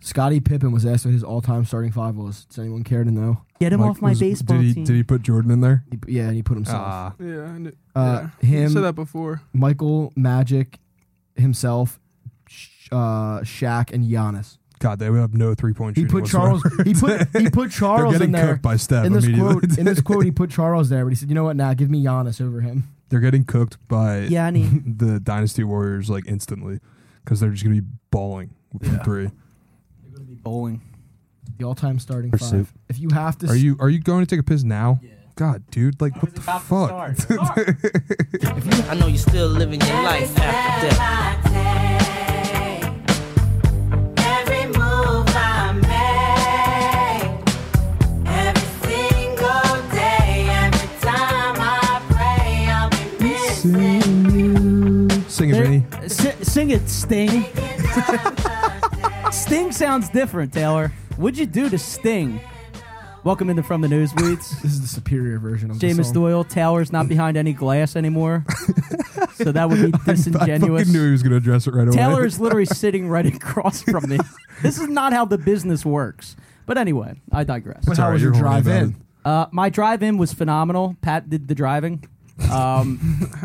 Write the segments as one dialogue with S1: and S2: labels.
S1: Scottie Pippen was asked what his all-time starting five was. Does anyone care to know?
S2: Get him
S3: Like,
S2: off my
S3: was-
S2: baseball
S3: did he,
S2: team.
S3: Did he put Jordan in there?
S1: He, yeah, and he put himself.
S3: Ah,
S4: Yeah, I knew,
S1: Uh,
S4: yeah. You
S1: him-
S4: said that before.
S1: Michael, Magic, himself, Sh- uh, Shaq, and Giannis.
S3: God, they would have no three point
S1: He
S3: shooting.
S1: put Charles.
S3: whatsoever.
S1: He put he put
S3: They're
S1: Charles
S3: getting
S1: in there.
S3: cooked by Steph
S1: In this
S3: immediately.
S1: quote, in this quote, he put Charles there, but he said, "You know what? Now nah, give me Giannis over him."
S3: they're getting cooked by
S2: Yanni.
S3: the Dynasty Warriors like instantly because they're just gonna be balling from
S4: Yeah.
S3: three.
S2: Bowling.
S1: The all-time starting
S5: Or
S1: five.
S5: soup.
S1: If you have to,
S3: Are
S1: s-
S3: you are you going to take a piss now? God, dude, like what the fuck?
S6: I know you're still living your life after death.
S7: Every move I make, every single day, every time I pray, I'll be missing.
S3: Sing it, Vinny.
S2: Si- sing it, Sting. Sting sounds different, Taylor. What'd you do to Sting? Welcome into From the Newsweeds.
S1: this is the superior version of the
S2: Jameis
S1: song.
S2: Doyle, Taylor's not behind any glass anymore. so that would be
S3: I
S2: disingenuous.
S3: fucking knew he was gonna address it right away.
S2: Taylor is literally sitting right across from me. This is not how the business works. But anyway, I digress.
S1: But how
S3: Sorry,
S1: was your
S3: you're horny
S1: drive
S3: about
S1: in?
S3: it.
S2: Uh, my drive in was phenomenal. Pat did the driving. Um,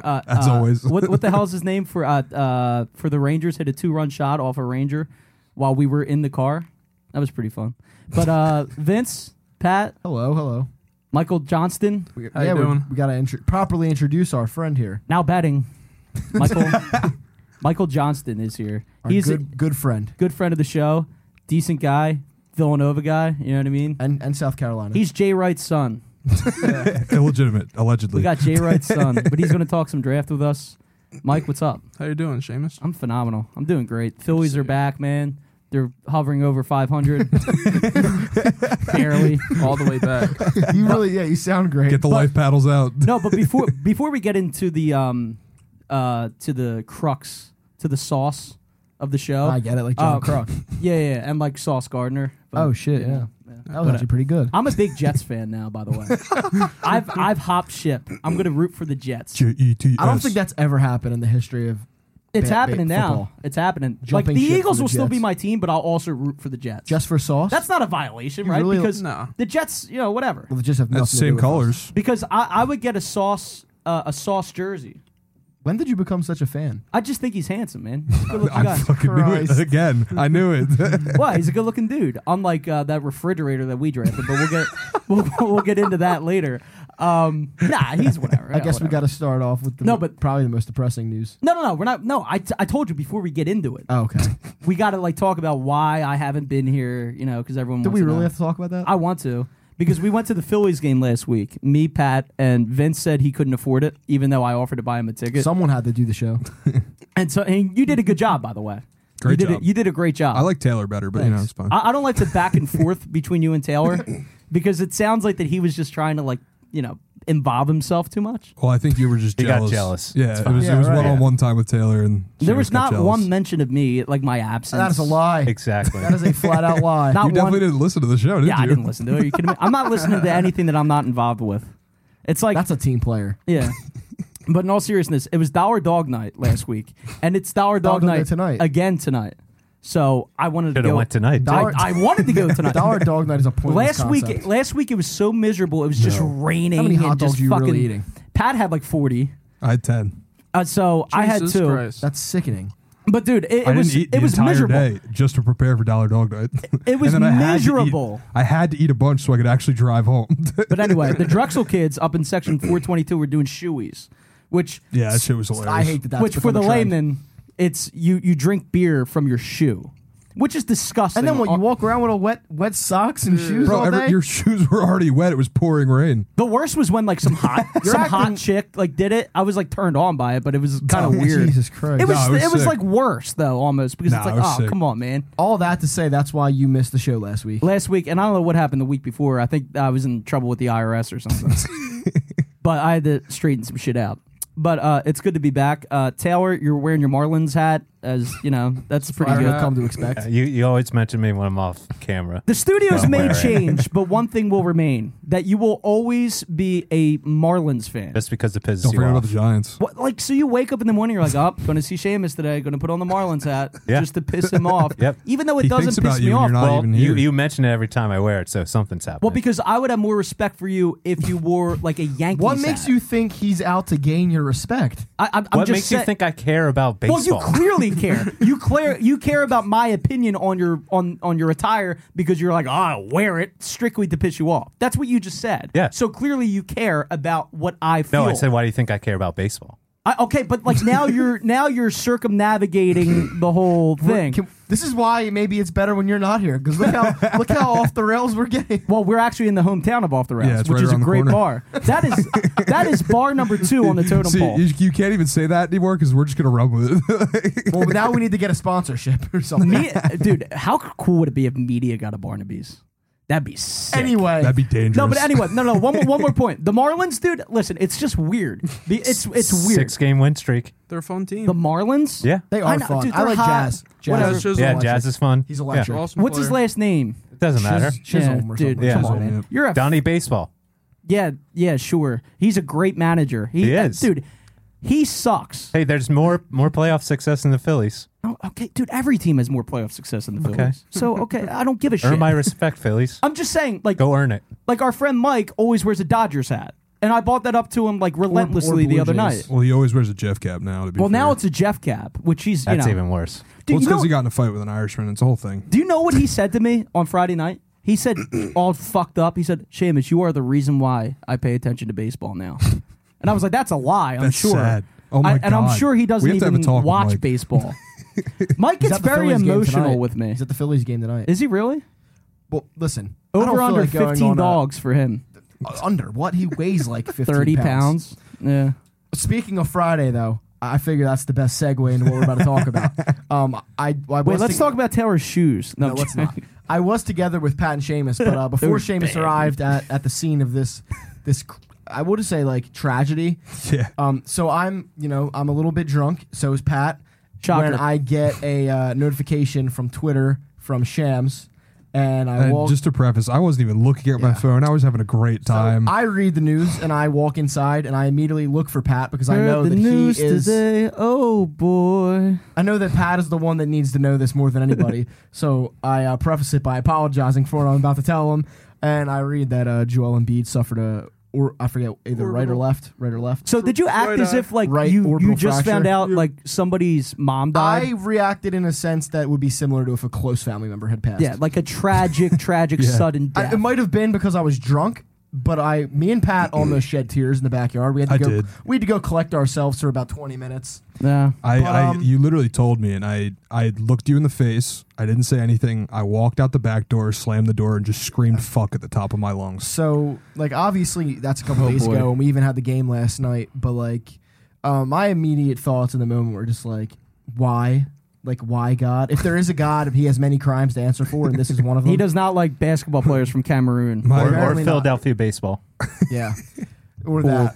S2: uh,
S3: As
S2: uh,
S3: always.
S2: what, what the hell is his name for? Uh, uh, for the Rangers hit a two run shot off a Ranger while we were in the car. That was pretty fun. But uh, Vince, Pat,
S1: Hello, hello.
S2: Michael Johnston,
S1: We,
S4: How you
S1: yeah, we-
S4: doing?
S1: we got to intro- properly introduce our friend here.
S2: now batting. Michael Michael Johnston is here.
S1: Our
S2: He's
S1: good, good friend
S2: a good friend of the show, decent guy, Villanova guy. You know what I mean?
S1: and and South Carolina.
S2: He's Jay Wright's son.
S3: Illegitimate, allegedly.
S2: We got Jay Wright's son, but he's going to talk some draft with us. Mike, what's up?
S4: How you doing, Seamus?
S2: I'm phenomenal. I'm doing great. Phillies are back, man. They're hovering over 500, barely all the way back.
S1: you really, yeah, you sound great.
S3: Get the
S2: But-
S3: life paddles out.
S2: No, but before before we get into the um uh to the crux to the sauce of the show,
S1: I get it, like John
S2: Oh.
S1: Kruk.
S2: yeah, yeah, yeah, and like Sauce Gardner. But,
S1: Oh shit,
S2: you
S1: yeah,
S2: know,
S1: that was actually pretty good.
S2: I'm a big Jets fan now, by the way. I've I've hopped ship. I'm gonna root for the Jets.
S3: J-E-T-S.
S1: I don't think that's ever happened in the history of
S2: It's
S1: ba- ba-
S2: happening now.
S1: football.
S2: It's happening.
S1: Jumping
S2: like
S1: ship
S2: the
S1: for
S2: Eagles
S1: the
S2: will still be
S1: Jets.
S2: my team, but I'll also root for the Jets.
S1: just for sauce.
S2: That's not a violation,
S1: You
S2: right?
S1: really-
S2: because
S4: No.
S2: the Jets, you know, whatever.
S1: well, they just have
S3: that's
S1: nothing to do
S3: same
S1: with us.
S3: colors.
S2: Because I, I would get a sauce uh, a sauce jersey.
S1: When did you become such a fan?
S2: I just think he's handsome, man. He's a good-looking
S3: I
S2: guy.
S3: fucking knew
S1: Christ.
S3: it again. I knew it.
S2: Why? He's a good looking dude. Unlike uh, that refrigerator that we drafted, but we'll get we'll, we'll get into that later. Um, nah, he's whatever.
S1: I guess we got to start off with the
S2: No, but-
S1: probably the most depressing news.
S2: No, no, no. We're not. No, I, t- I told you before we get into it.
S1: Oh, okay.
S2: we got to like talk about why I haven't been here. You know, because everyone.
S1: Did
S2: wants
S1: we
S2: to know.
S1: really have to talk about that?
S2: I want to because we went to the Phillies game last week. Me, Pat, and Vince said he couldn't afford it, even though I offered to buy him a ticket.
S1: Someone had to do the show.
S2: and so, and you did a good job, by the way.
S3: Great
S2: you did
S3: job.
S2: A, you did a great job.
S3: I like Taylor better, but you know it's fine.
S2: I, I don't like the back and forth between you and Taylor because it sounds like that he was just trying to like you know involve himself too much.
S3: well, I think you were just
S5: You got
S3: jealous.
S5: jealous. It's
S3: Yeah, it
S5: fine.
S3: was
S1: Yeah,
S3: it was
S1: right.
S3: one on one time with Taylor, and
S2: there
S3: Seamus
S2: was
S3: got
S2: not
S3: jealous.
S2: one mention of me, like my absence.
S1: that is a lie.
S5: Exactly.
S1: That is a flat out lie.
S2: Not
S3: You
S2: one.
S3: definitely didn't listen to the show, did
S2: yeah,
S3: you?
S2: I didn't listen to it. Are you kidding me? I'm not listening to anything that I'm not involved with. It's like
S1: That's a team player.
S2: Yeah. but in all seriousness, it was Dollar Dog Night last week, and it's Dollar Dog,
S1: Dog Night
S2: Night
S1: tonight.
S2: again tonight. So I wanted
S5: Should
S2: to
S5: have
S2: go
S5: went tonight.
S2: I,
S1: Dollar-
S2: I wanted to go tonight.
S1: Dollar Dog Night is a pointless
S2: last week,
S1: concept.
S2: last week it was so miserable. It was just raining.
S1: How many hot
S2: and just
S1: dogs you
S2: fucking,
S1: really eating?
S2: Pat had like forty.
S3: I had ten.
S2: Uh, so I had
S4: Jesus
S2: two,
S4: Christ.
S1: That's sickening.
S2: but dude, it,
S3: I
S2: it
S3: didn't
S2: was
S3: eat the
S2: it was
S3: entire
S2: miserable.
S3: day just to prepare for Dollar Dog Night.
S2: It was
S3: And then I had to eat-
S2: miserable.
S3: I had to eat a bunch so I could actually drive home.
S2: But anyway, the Drexel kids up in section 422 were doing shoeies, which
S3: yeah, that shit was hilarious.
S1: I hate that. That's
S2: which for
S1: become
S2: the
S1: a trend.
S2: layman, it's you you drink beer from your shoe, which is disgusting.
S1: And then what? You
S2: Uh,
S1: walk around with a wet, wet socks and shoes
S3: Bro,
S1: all
S3: every-
S1: day.
S3: your shoes were already wet. It was pouring rain.
S2: The worst was when like some hot some hot chick like did it. I was like turned on by it, but it was kind of weird.
S1: Oh, Jesus Christ.
S2: It was,
S3: No,
S2: it
S3: it was
S2: was
S3: sick.
S2: like worse though almost because
S3: Nah,
S2: it's
S3: it
S2: like
S3: was
S2: oh
S3: sick.
S2: come on man.
S1: all that to say that's why you missed the show last week.
S2: Last week and I don't know what happened the week before. I think I was in trouble with the IRS or something. but I had to straighten some shit out. But uh, it's good to be back. Uh, Taylor, you're wearing your Marlins hat. as you know, that's pretty
S1: I
S2: good.
S1: have come to expect.
S4: Uh, you you always mention me when I'm off camera.
S2: The studios
S4: Well,
S2: may
S4: wearing.
S2: change, but one thing will remain: that you will always be a Marlins fan.
S4: That's because it pisses
S3: Don't
S4: you
S3: forget about
S4: off.
S3: the Giants.
S2: What, like, so you wake up in the morning, you're like, oh, going to see Seamus today, going to put on the Marlins hat
S4: Yeah.
S2: just to piss him off.
S4: Yep.
S2: Even though it
S3: He
S2: doesn't
S3: thinks
S2: piss
S3: about
S2: me
S3: you and
S2: off.
S3: you're not
S2: well,
S4: well,
S3: even
S4: you
S3: here.
S4: you mention it every time I wear it, so something's happening.
S2: well, because I would have more respect for you if you wore like a Yankees
S1: What makes
S2: hat.
S1: you think he's out to gain your respect?
S2: I, I, I'm
S4: what
S2: just
S4: makes you
S2: saying-
S4: think I care about
S2: Well, you
S4: baseball?
S2: clearly care. You clear. You care about my opinion on your on on your attire because you're like, ah, wear it strictly to piss you off. That's what you just said.
S4: Yeah.
S2: So clearly, you care about what I feel.
S4: no, I said, why do you think I care about baseball?
S2: I- okay, but like now you're now you're circumnavigating the whole thing.
S1: Can- this is why maybe it's better when you're not here because look how look how off the rails we're getting.
S2: well, we're actually in the hometown of Off the Rails,
S3: Yeah, it's
S2: which
S3: right
S2: is a
S3: around the
S2: great
S3: corner.
S2: bar. That is that is bar number two on the totem
S3: See,
S2: pole.
S3: you, you can't even say that anymore because we're just gonna run with it.
S1: Well, now we need to get a sponsorship or something.
S2: Me- dude, how cool would it be if media got a Barnaby's? That'd be sick.
S1: anyway,
S3: That'd be dangerous.
S2: No, but anyway, no, no. One, more- one more point. The Marlins, dude. Listen, it's just weird. The, it's it's weird.
S4: Six game win streak.
S5: They're a fun team.
S2: The Marlins.
S4: Yeah.
S1: they
S2: I
S1: are
S2: know,
S1: fun.
S2: dude,
S1: I
S2: they're
S1: like
S2: hot.
S1: jazz.
S5: Whatever.
S1: Jazz.
S5: Shizzle.
S4: yeah,
S1: electric.
S4: Jazz is fun.
S1: He's
S4: Yeah.
S1: electric.
S5: They're awesome
S2: What's his
S5: player.
S2: last name?
S4: It doesn't matter.
S1: Chisholm
S2: Yeah,
S1: or
S2: dude.
S1: something.
S4: Yeah.
S1: Come on, man.
S2: You're a
S4: Donnie Baseball.
S2: yeah yeah sure. He's a great manager. He,
S4: He
S2: uh,
S4: is.
S2: dude. He sucks.
S4: Hey, there's more more playoff success in the Phillies.
S2: Oh, okay, dude. Every team has more playoff success than the Phillies.
S4: Okay.
S2: So okay, I don't give a
S4: Earn
S2: shit.
S4: my respect, Phillies.
S2: I'm just saying, like,
S4: Go earn it.
S2: like our friend Mike always wears a Dodgers hat, and I bought that up to him like relentlessly the
S1: Blue
S2: other
S1: Jays.
S2: night.
S3: well, he always wears a Jeff cap now. To be
S2: Well, now
S3: fair.
S2: it's a Jeff cap, which he's you
S4: That's
S2: know.
S4: even worse.
S2: Dude,
S3: well, it's
S2: you know-
S3: because he got in a fight with an Irishman. It's a whole thing.
S2: Do you know what he said to me on Friday night? He said, all fucked up. He said, Seamus, you are the reason why I pay attention to baseball now. And I was like, that's a lie, I'm
S3: That's
S2: sure.
S3: sad. Oh my
S2: I- And I'm
S3: God.
S2: sure he doesn't
S3: We have to have
S2: even
S3: a talk with
S2: watch
S3: Mike.
S2: baseball. Mike
S1: He's
S2: gets
S1: at the
S2: very
S1: Phillies game
S2: emotional
S1: tonight.
S2: with me.
S1: He's at the Phillies game tonight.
S2: Is he really?
S1: well, listen, I don't
S2: Over
S1: feel
S2: under
S1: like going
S2: 15
S1: on a-
S2: dogs for him.
S1: uh, under what? He weighs like 15
S2: 30 pounds. Yeah.
S1: Speaking of Friday, though, I I figure that's the best segue into what we're about to talk about. Um, I, I
S2: Wait,
S1: was
S2: let's
S1: to-
S2: talk about Taylor's shoes. No,
S1: No, let's not. I was together with Pat and Seamus, but uh, before
S2: were
S1: Seamus
S2: bad.
S1: arrived at, at the scene of this, this cr- I would say like tragedy.
S3: Yeah.
S1: Um, so I'm, you know, I'm a little bit drunk. So is Pat.
S2: Shocker.
S1: When I get a uh, notification from Twitter from Shams, and I
S3: And
S1: walk.
S3: just to preface, I wasn't even looking at my
S1: Yeah.
S3: phone. I was having a great
S1: so
S3: time.
S1: I read the news and I walk inside and I immediately look for Pat because I
S2: Heard
S1: know
S2: the
S1: that
S2: news
S1: he is.
S2: today. Oh, boy.
S1: I know that Pat is the one that needs to know this more than anybody. so I uh, preface it by apologizing for what I'm about to tell him, and I read that uh, Joel Embiid suffered a, or I forget either right or
S5: Orbital.
S1: left, right or left.
S2: So did you act
S5: Right
S2: as
S5: eye.
S2: if like
S1: Right
S2: you, you
S1: orbital
S2: just found
S1: fracture.
S2: out like somebody's mom died?
S1: I reacted in a sense that would be similar to if a close family member had passed.
S2: Yeah, like a tragic, tragic,
S3: Yeah.
S2: sudden death.
S1: I, it might have been because I was drunk, but I, me and Pat almost shed tears in the backyard. We had to
S3: I
S1: go.
S3: did.
S1: We had to go collect ourselves for about 20 minutes.
S2: yeah.
S3: I,
S1: But,
S3: I
S1: um,
S3: you literally told me, and I I looked you in the face. I didn't say anything. I walked out the back door, slammed the door, and just screamed "fuck" at the top of my lungs.
S1: So, like, obviously, that's a couple
S2: Oh,
S1: days
S2: boy.
S1: ago, and we even had the game last night. But like, um, my immediate thoughts in the moment were just like, why? Like, why God? If there is a God, he has many crimes to answer for, and this is one of them.
S2: He does not like basketball players from Cameroon.
S3: My-
S4: Or, or
S1: Apparently not.
S4: Philadelphia baseball.
S1: Yeah, or that.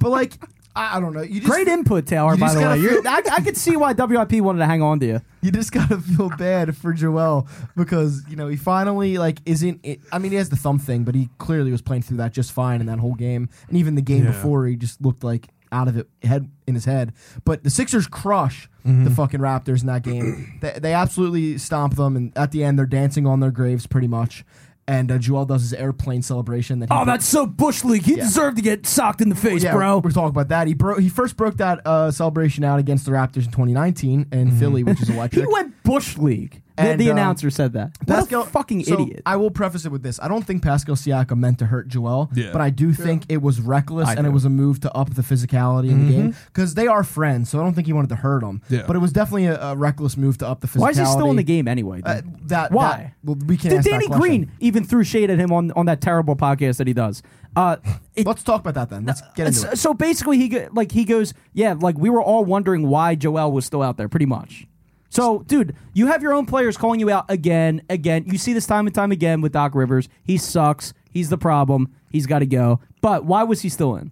S1: But like, I, I don't know. You just,
S2: Great input, Taylor,
S1: You
S2: by
S1: just
S2: the way.
S1: gotta
S2: You're,
S1: feel-
S2: I, I could see why WIP wanted to hang on to you.
S1: you just gotta feel bad for Joel because you know he finally like isn't. It, I mean, he has the thumb thing, but he clearly was playing through that just fine in that whole game, and even the game
S3: Yeah.
S1: before, he just looked like out of it head in his head. But the Sixers crush
S2: Mm-hmm.
S1: the fucking Raptors in that game. they, they absolutely stomp them, and at the end, they're dancing on their graves pretty much. And uh, Joel does his airplane celebration. That he
S2: Oh, that's so bush league. He
S1: Yeah.
S2: deserved to get socked in the face, bro.
S1: We're talking about that. He broke. He first broke that uh, celebration out against the Raptors in 2019 in
S2: Mm-hmm.
S1: Philly, which is
S2: He
S1: electric.
S2: went bush league. The,
S1: And,
S2: the
S1: um,
S2: announcer said that.
S1: Pascal,
S2: what a fucking
S1: so uh,
S2: idiot.
S1: I will preface it with this: I don't think Pascal Siakam meant to hurt Joel,
S3: Yeah.
S1: but I do think it was reckless
S2: I
S1: and it
S2: do.
S1: was a move to up the physicality in the
S2: Mm-hmm.
S1: game because they are friends. So I don't think he wanted to hurt him,
S3: Yeah.
S1: but it was definitely a, a reckless move to up the physicality.
S2: Why is he still in the game anyway?
S1: Uh,
S2: dude?
S1: that
S2: Why?
S1: that- well, we can
S2: Did
S1: ask that
S2: Danny
S1: question.
S2: Green even threw shade at him on, on that terrible podcast that he does. Uh, it,
S1: Let's talk about that then. Let's get into
S2: so,
S1: it.
S2: so basically, he go, like he goes, yeah, like we were all wondering why Joel was still out there, pretty much. So, dude, you have your own players calling you out again, again. You see this time and time again with Doc Rivers. He sucks. He's the problem. He's got to go. But why was he still in?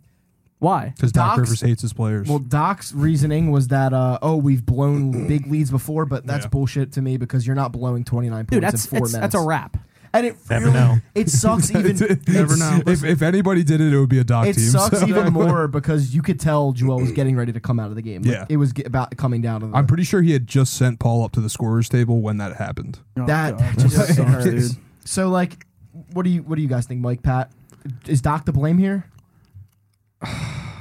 S2: Why?
S3: because Doc
S1: Doc's-
S3: Rivers hates his players.
S1: Well, Doc's reasoning was that uh, oh, we've blown big leads before, but that's
S3: Yeah.
S1: bullshit to me because you're not blowing 29
S2: Dude,
S1: points
S2: that's
S1: in four
S2: it's-
S1: minutes.
S2: that's a wrap.
S1: And it
S4: Never
S1: really,
S4: know.
S1: it sucks even.
S3: Never
S1: it's-
S3: know. If, if anybody did it, it would be a Doc
S1: It
S3: team.
S1: sucks
S3: so-
S1: even more because you could tell Joel was getting ready to come out of the game. Like,
S3: Yeah.
S1: it was get, about coming down to the,
S3: I'm pretty sure he had just sent Paul up to the scorer's table when that happened.
S2: Oh,
S1: that. that just sucks, dude. So like, what do you what do you guys think, Mike? Pat, is Doc to blame here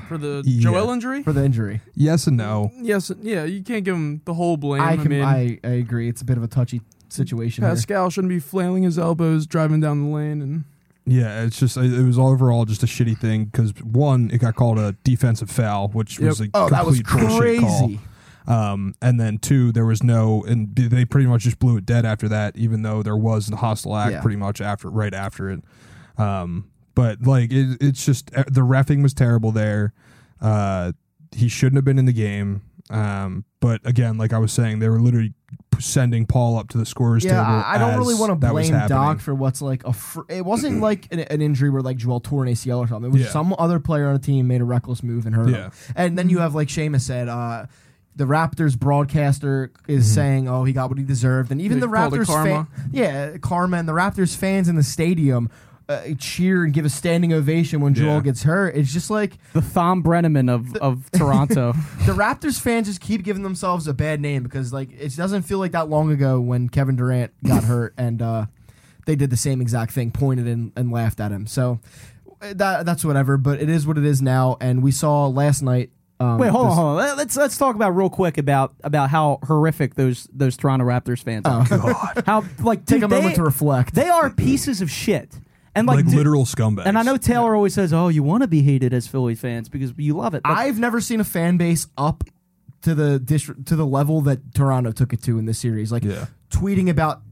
S5: for the
S3: Yeah.
S5: Joel injury.
S1: for the injury?
S3: Yes and no.
S5: Yes, yeah, you can't give him the whole blame. I,
S1: I can
S5: mean,
S1: I, I agree. It's a bit of a touchy situation. here.
S5: Pascal shouldn't be flailing his elbows driving down the lane, and
S3: Yeah, it's just it it was overall just a shitty thing because one, it got called a defensive foul, which was a
S5: Yep.
S1: Oh, that was
S3: complete bullshit call.
S1: crazy.
S3: Um, and then two, there was no, and b- they pretty much just blew it dead after that, even though there was a hostile act
S1: Yeah.
S3: pretty much after, right after it. Um, but like, it, it's just uh, the refing was terrible there. Uh, he shouldn't have been in the game. Um, but again, like I was saying, they were literally p- sending Paul up to the scorer's
S1: Yeah,
S3: table.
S1: I, I don't really want to blame Doc
S3: Doc.
S1: for what's like a. Fr- it wasn't like an, an injury where like Joel tore an ACL or something. It was
S3: Yeah.
S1: some other player on a team made a reckless move and hurt
S3: Yeah.
S1: him. And then you have like Seamus said. Uh, the Raptors broadcaster is saying, "Oh, he got what he deserved," and even
S5: They
S1: the
S5: called it
S1: Raptors,
S5: karma.
S1: fan- yeah, karma, and the Raptors fans in the stadium uh, cheer and give a standing ovation when Joel
S3: Yeah.
S1: gets hurt. It's just like
S2: The Thom Brenneman of, of Toronto.
S1: the Raptors fans just keep giving themselves a bad name because like it doesn't feel like that long ago when Kevin Durant got hurt and uh, they did the same exact thing, pointed and, and laughed at him. So uh, that that's whatever, but it is what it is now. And we saw last night. Um,
S2: Wait, hold on,
S1: this-
S2: hold on. Let- Let's let's talk about real quick about about how horrific those those Toronto Raptors fans are. How like
S1: Take
S2: Oh, dude,
S1: a moment
S2: they-
S1: to reflect.
S2: They are pieces of shit. And like,
S3: Like,
S2: dude-
S3: literal scumbags.
S2: And I know Taylor always says, "Oh, you want to be hated as Philly fans because you love it." But
S1: I've never seen a fan base up to the dis- to the level that Toronto took it to in this series. Like
S3: Yeah.
S1: tweeting about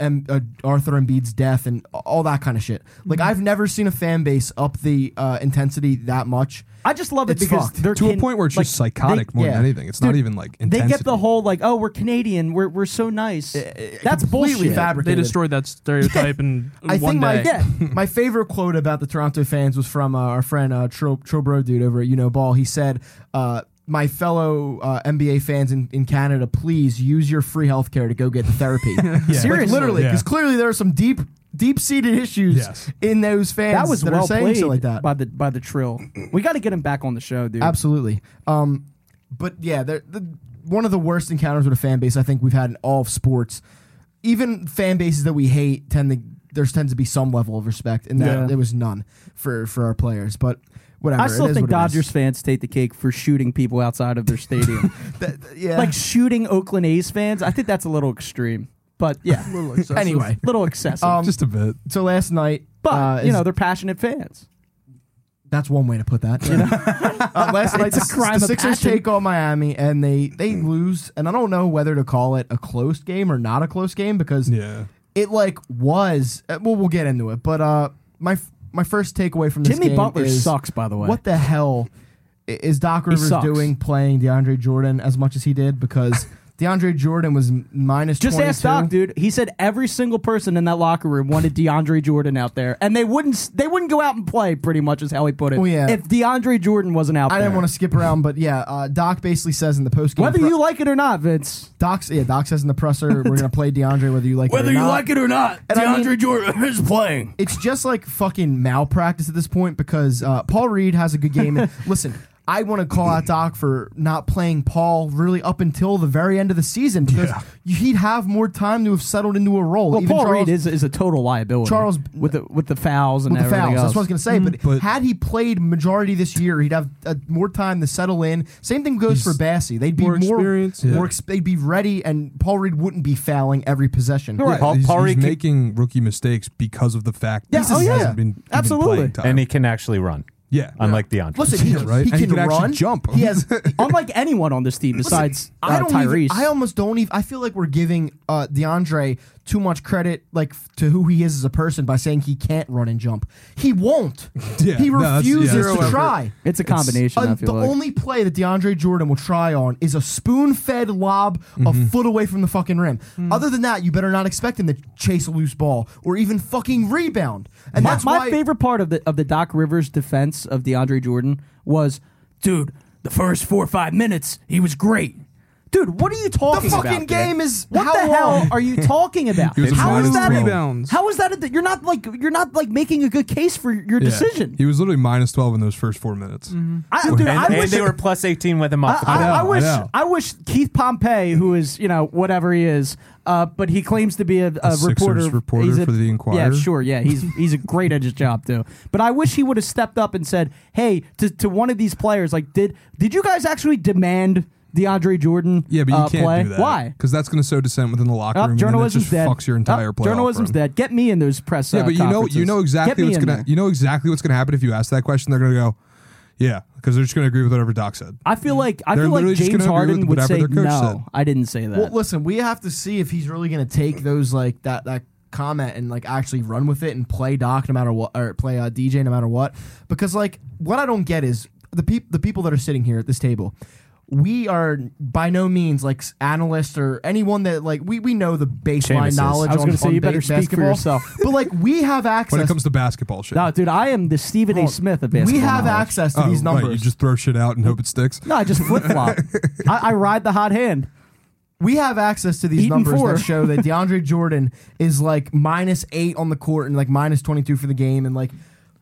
S1: um, uh, Arthur Embiid's death and all that kind of shit. Like
S2: Mm-hmm.
S1: I've never seen a fan base up the uh, intensity that much.
S2: I just love it
S1: It's
S2: because
S1: fucked.
S2: they're
S3: to
S2: can-
S3: a point where it's
S2: like,
S3: just psychotic
S1: they-
S3: more
S1: yeah.
S3: than anything. It's not even like
S2: They
S3: intensity.
S2: get the whole like, "Oh, we're Canadian. We're we're so nice." That's
S1: Eh, completely
S2: bullshit.
S5: they
S1: fabricated.
S5: destroyed that stereotype in, in
S1: I think
S5: one
S1: my
S5: day.
S2: Yeah.
S1: my favorite quote about the Toronto fans was from uh, our friend uh, Tro Trobro dude over at You Know Ball. He said, uh, "My fellow uh, NBA fans in, in Canada, please use your free healthcare to go get therapy."
S3: Yeah.
S1: Like, literally,
S3: Yeah.
S1: because clearly there are some deep, deep-seated issues
S3: Yes.
S1: in those fans
S2: That was
S1: that
S2: well
S1: are saying
S2: played
S1: shit like that.
S2: by the by the trill. We got to get him back on the show, dude.
S1: Absolutely. Um, but yeah, they're, the, one of the worst encounters with a fan base I think we've had in all of sports. Even fan bases that we hate tend to there tends to be some level of respect, and that
S2: Yeah.
S1: there was none for for our players. But whatever.
S2: I
S1: it
S2: still
S1: is
S2: think
S1: what it
S2: Dodgers
S1: is.
S2: fans take the cake for shooting people outside of their stadium.
S1: Th- th- yeah.
S2: like shooting Oakland A's fans. I think that's a little extreme, but yeah,
S1: anyway.
S2: little excessive.
S1: Um,
S3: just a bit.
S1: so last night,
S2: but
S1: uh,
S2: you
S1: is-
S2: know, they're passionate fans.
S1: That's one way to put that. Uh, last night,
S2: It's a
S1: the-
S2: crime
S1: the
S2: of
S1: Sixers
S2: passion.
S1: take on Miami, and they they lose. And I don't know whether to call it a close game or not a close game because
S3: Yeah.
S1: it like was. uh, Well, we'll get into it, but uh, my f- my first takeaway from this
S2: Jimmy
S1: game
S2: Butler
S1: is
S2: sucks, by the way.
S1: what the hell i- is Doc Rivers
S2: sucks.
S1: doing playing DeAndre Jordan as much as he did because. DeAndre Jordan was m- minus
S2: Just
S1: 22.
S2: ask Doc, dude. He said every single person in that locker room wanted DeAndre Jordan out there, and they wouldn't. They wouldn't go out and play. Pretty much is how he put it.
S1: Well, Oh, yeah.
S2: If DeAndre Jordan wasn't out
S1: I
S2: there,
S1: didn't want to skip around, but yeah, uh, Doc basically says in the postgame.
S2: Whether
S1: pro-
S2: you like it or not, Vince.
S1: Doc's, yeah, Doc says in the presser, we're gonna play DeAndre whether you like it or not.
S2: it or not,
S1: And I mean-
S2: Jordan is playing.
S1: it's just like fucking malpractice at this point because uh, Paul Reed has a good game. And listen, I want to call out Doc for not playing Paul really up until the very end of the season because he'd have more time to have settled into a role.
S2: Well,
S1: Even
S2: Paul
S1: Charles-
S2: Reed is, is a total liability.
S1: Charles-
S2: with the with the fouls and
S1: with the
S2: everything
S1: fouls.
S2: else.
S1: That's what I was going to say. But,
S3: But-
S1: had he played majority this year, he'd have uh, more time to settle in. Same thing goes for Bassie. They'd be more,
S5: more experience.
S1: more
S3: Yeah.
S1: ex- they'd be ready, and Paul Reed wouldn't be fouling every possession.
S2: Right.
S3: Paul,
S4: Paul-
S3: he's,
S4: Paul
S3: he's
S4: Reed can-
S3: making rookie mistakes because of the fact
S2: Yeah,
S3: that
S2: oh,
S3: he
S2: yeah.
S3: hasn't been even
S2: Absolutely.
S3: playing time.
S4: And he can actually run,
S3: yeah,
S4: unlike DeAndre.
S1: Listen, he,
S3: Yeah, right?
S1: he
S3: And
S1: can,
S3: he could actually
S1: run.
S3: jump.
S1: He has
S2: Unlike anyone on this team besides
S1: I
S2: uh,
S1: don't
S2: Tyrese.
S1: Even, I almost don't even. I feel like we're giving uh, DeAndre too much credit like f- to who he is as a person by saying he can't run and jump. He won't.
S3: Yeah,
S1: he
S3: no, that's- yeah,
S1: refuses
S3: that's
S1: to
S3: true.
S1: try.
S2: It's a combination.
S1: Uh,
S2: I
S1: the
S2: feel like.
S1: only play that DeAndre Jordan will try on is a spoon-fed lob
S2: Mm-hmm.
S1: a foot away from the fucking rim. Other than that, you better not expect him to chase a loose ball or even fucking rebound. And
S2: my,
S1: that's
S2: my
S1: why
S2: favorite part of the of the Doc Rivers defense of DeAndre Jordan was, dude, the first four or five minutes he was great. Dude, what are you talking
S1: the
S2: about?
S1: fucking
S2: dude?
S1: game is
S2: What
S1: how
S2: the hell
S1: long?
S2: are you talking about?
S3: was
S2: how
S3: minus
S2: is that?
S3: 12.
S5: Rebounds.
S2: How is that? A, you're not like you're not like making a good case for your
S3: Yeah.
S2: decision. Mm-hmm.
S3: He was literally minus 12 in those first four minutes.
S2: I, dude, I
S4: And, and
S2: wish
S4: they were plus 18 with him
S2: I,
S4: off. the
S2: I-
S4: bench.
S2: I
S3: know, I
S2: wish
S3: know.
S2: I wish Keith Pompey, who is you know whatever he is, uh, but he claims to be a, a,
S3: Sixers
S2: reporter.
S3: reporter
S2: he's a-
S3: for the Inquirer?
S2: Yeah, sure. Yeah, he's he's a great at his job too. But I wish he would have stepped up and said, "Hey, to, to one of these players, like, did did you guys actually demand DeAndre Jordan?
S3: Yeah, but you
S2: uh,
S3: can't
S2: play?
S3: do that.
S2: Why?
S3: Because that's going to sow dissent within the locker
S2: Uh,
S3: room. and then it
S2: journalism's
S3: just
S2: dead.
S3: fucks your entire
S2: Uh,
S3: play.
S2: journalism's dead. Get me in those press.
S3: Yeah,
S2: uh,
S3: but you know, you
S2: conferences.
S3: know
S2: Get
S3: exactly
S2: me
S3: what's
S2: in
S3: gonna,
S2: there.
S3: you know exactly what's gonna happen if you ask that question. They're gonna go, yeah, because they're just gonna agree with whatever Doc said.
S2: I feel like I
S3: They're
S2: feel like
S3: literally just
S2: James
S3: gonna agree
S2: Harden
S3: with
S2: would
S3: whatever
S2: say
S3: their coach
S2: no.
S3: said."
S2: I didn't say that.
S1: Well, listen, we have to see if he's really going to take those like that that comment and like actually run with it and play Doc no matter what or play uh, DJ no matter what. Because like what I don't get is the people the people that are sitting here at this table. We are by no means like s- analysts or anyone that like we, we know the baseline
S4: Seamus is.
S1: knowledge.
S2: I was
S1: on,
S2: gonna say,
S1: on
S2: you
S1: ba-
S2: better speak for
S1: basketball.
S2: yourself.
S1: but like we have access.
S3: When it comes to basketball shit,
S2: no, dude, I am the Stephen A. Smith of basketball.
S1: we have
S2: knowledge.
S1: access to
S3: Oh,
S1: these
S3: right,
S1: numbers.
S3: you just throw shit out and hope it sticks.
S2: No, I just flip flop. I, I ride the hot hand.
S1: we have access to these
S2: Eaton
S1: numbers
S2: four.
S1: that show that DeAndre Jordan is like minus eight on the court and like minus twenty two for the game, and like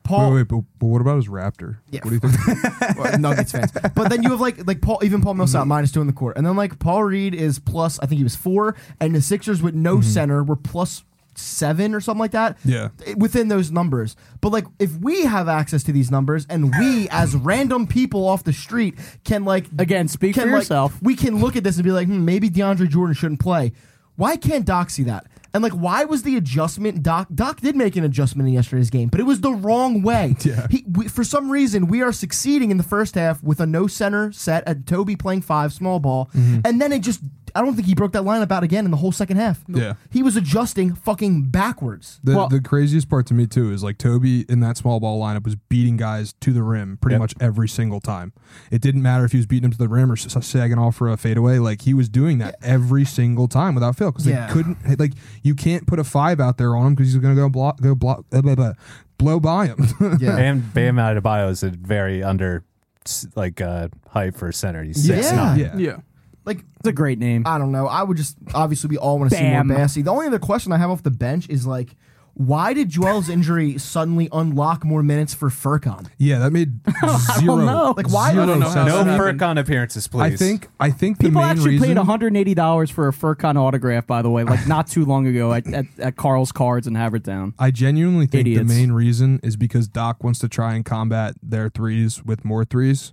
S1: Paul
S3: Wait, wait, but, but what about his Raptor?
S1: Yeah,
S3: What Mm-hmm. do you think?
S1: well, Nuggets fans, but then you have like like Paul even Paul Millsap minus two on the court, and then like Paul Reed is plus I think he was four, and the Sixers with no center were plus seven or something like that.
S3: Mm-hmm. Yeah.
S1: i- within those numbers. But like if we have access to these numbers, and we as random people off the street can like
S2: Again, speak for
S1: like,
S2: yourself.
S1: we can look at this and be like, hmm, maybe DeAndre Jordan shouldn't play. Why can't Doc see that? And like, why was the adjustment? Doc Doc did make an adjustment in yesterday's game, but it was the wrong way.
S3: Yeah.
S1: He, we, for some reason, we are succeeding in the first half with a no center set at Toby playing five small ball,
S3: Mm-hmm.
S1: and then it just. I don't think he broke that lineup out again in the whole second half.
S3: Yeah.
S1: He was adjusting fucking backwards.
S3: The,
S2: Well-
S3: the craziest part to me too is like Toby in that small ball lineup was beating guys to the rim pretty
S4: Yep.
S3: much every single time. It didn't matter if he was beating them to the rim or s- sagging off for a fadeaway. Like he was doing that every single time without fail because
S1: Yeah.
S3: they couldn't. Like you can't put a five out there on him because he's gonna go block, go block, blah, blah, blah, blow by him.
S1: Yeah.
S4: Bam, Bam Adebayo is a very under s- like uh, hype for a center. He's
S1: Yeah.
S4: six nine.
S3: yeah.
S5: Yeah.
S1: Like
S2: It's a great name.
S1: I don't know. I would just obviously we all want to see more
S2: Bam.
S1: Bassey. The only other question I have off the bench is like, why did Joel's injury suddenly unlock more minutes for Furcon?
S3: Yeah, that made
S2: know.
S3: zero.
S1: Like, why-
S3: Zero
S1: I don't
S5: know how
S3: sense.
S4: No
S5: That's happened.
S4: Furcon appearances, please.
S3: I think I think the
S2: People
S3: main
S2: actually
S3: reason
S2: paid $180 for a Furcon autograph, by the way, like not too long ago at, at, at Carl's Cards in Havertown.
S3: I genuinely think
S2: Idiots.
S3: the main reason is because Doc wants to try and combat their threes with more threes.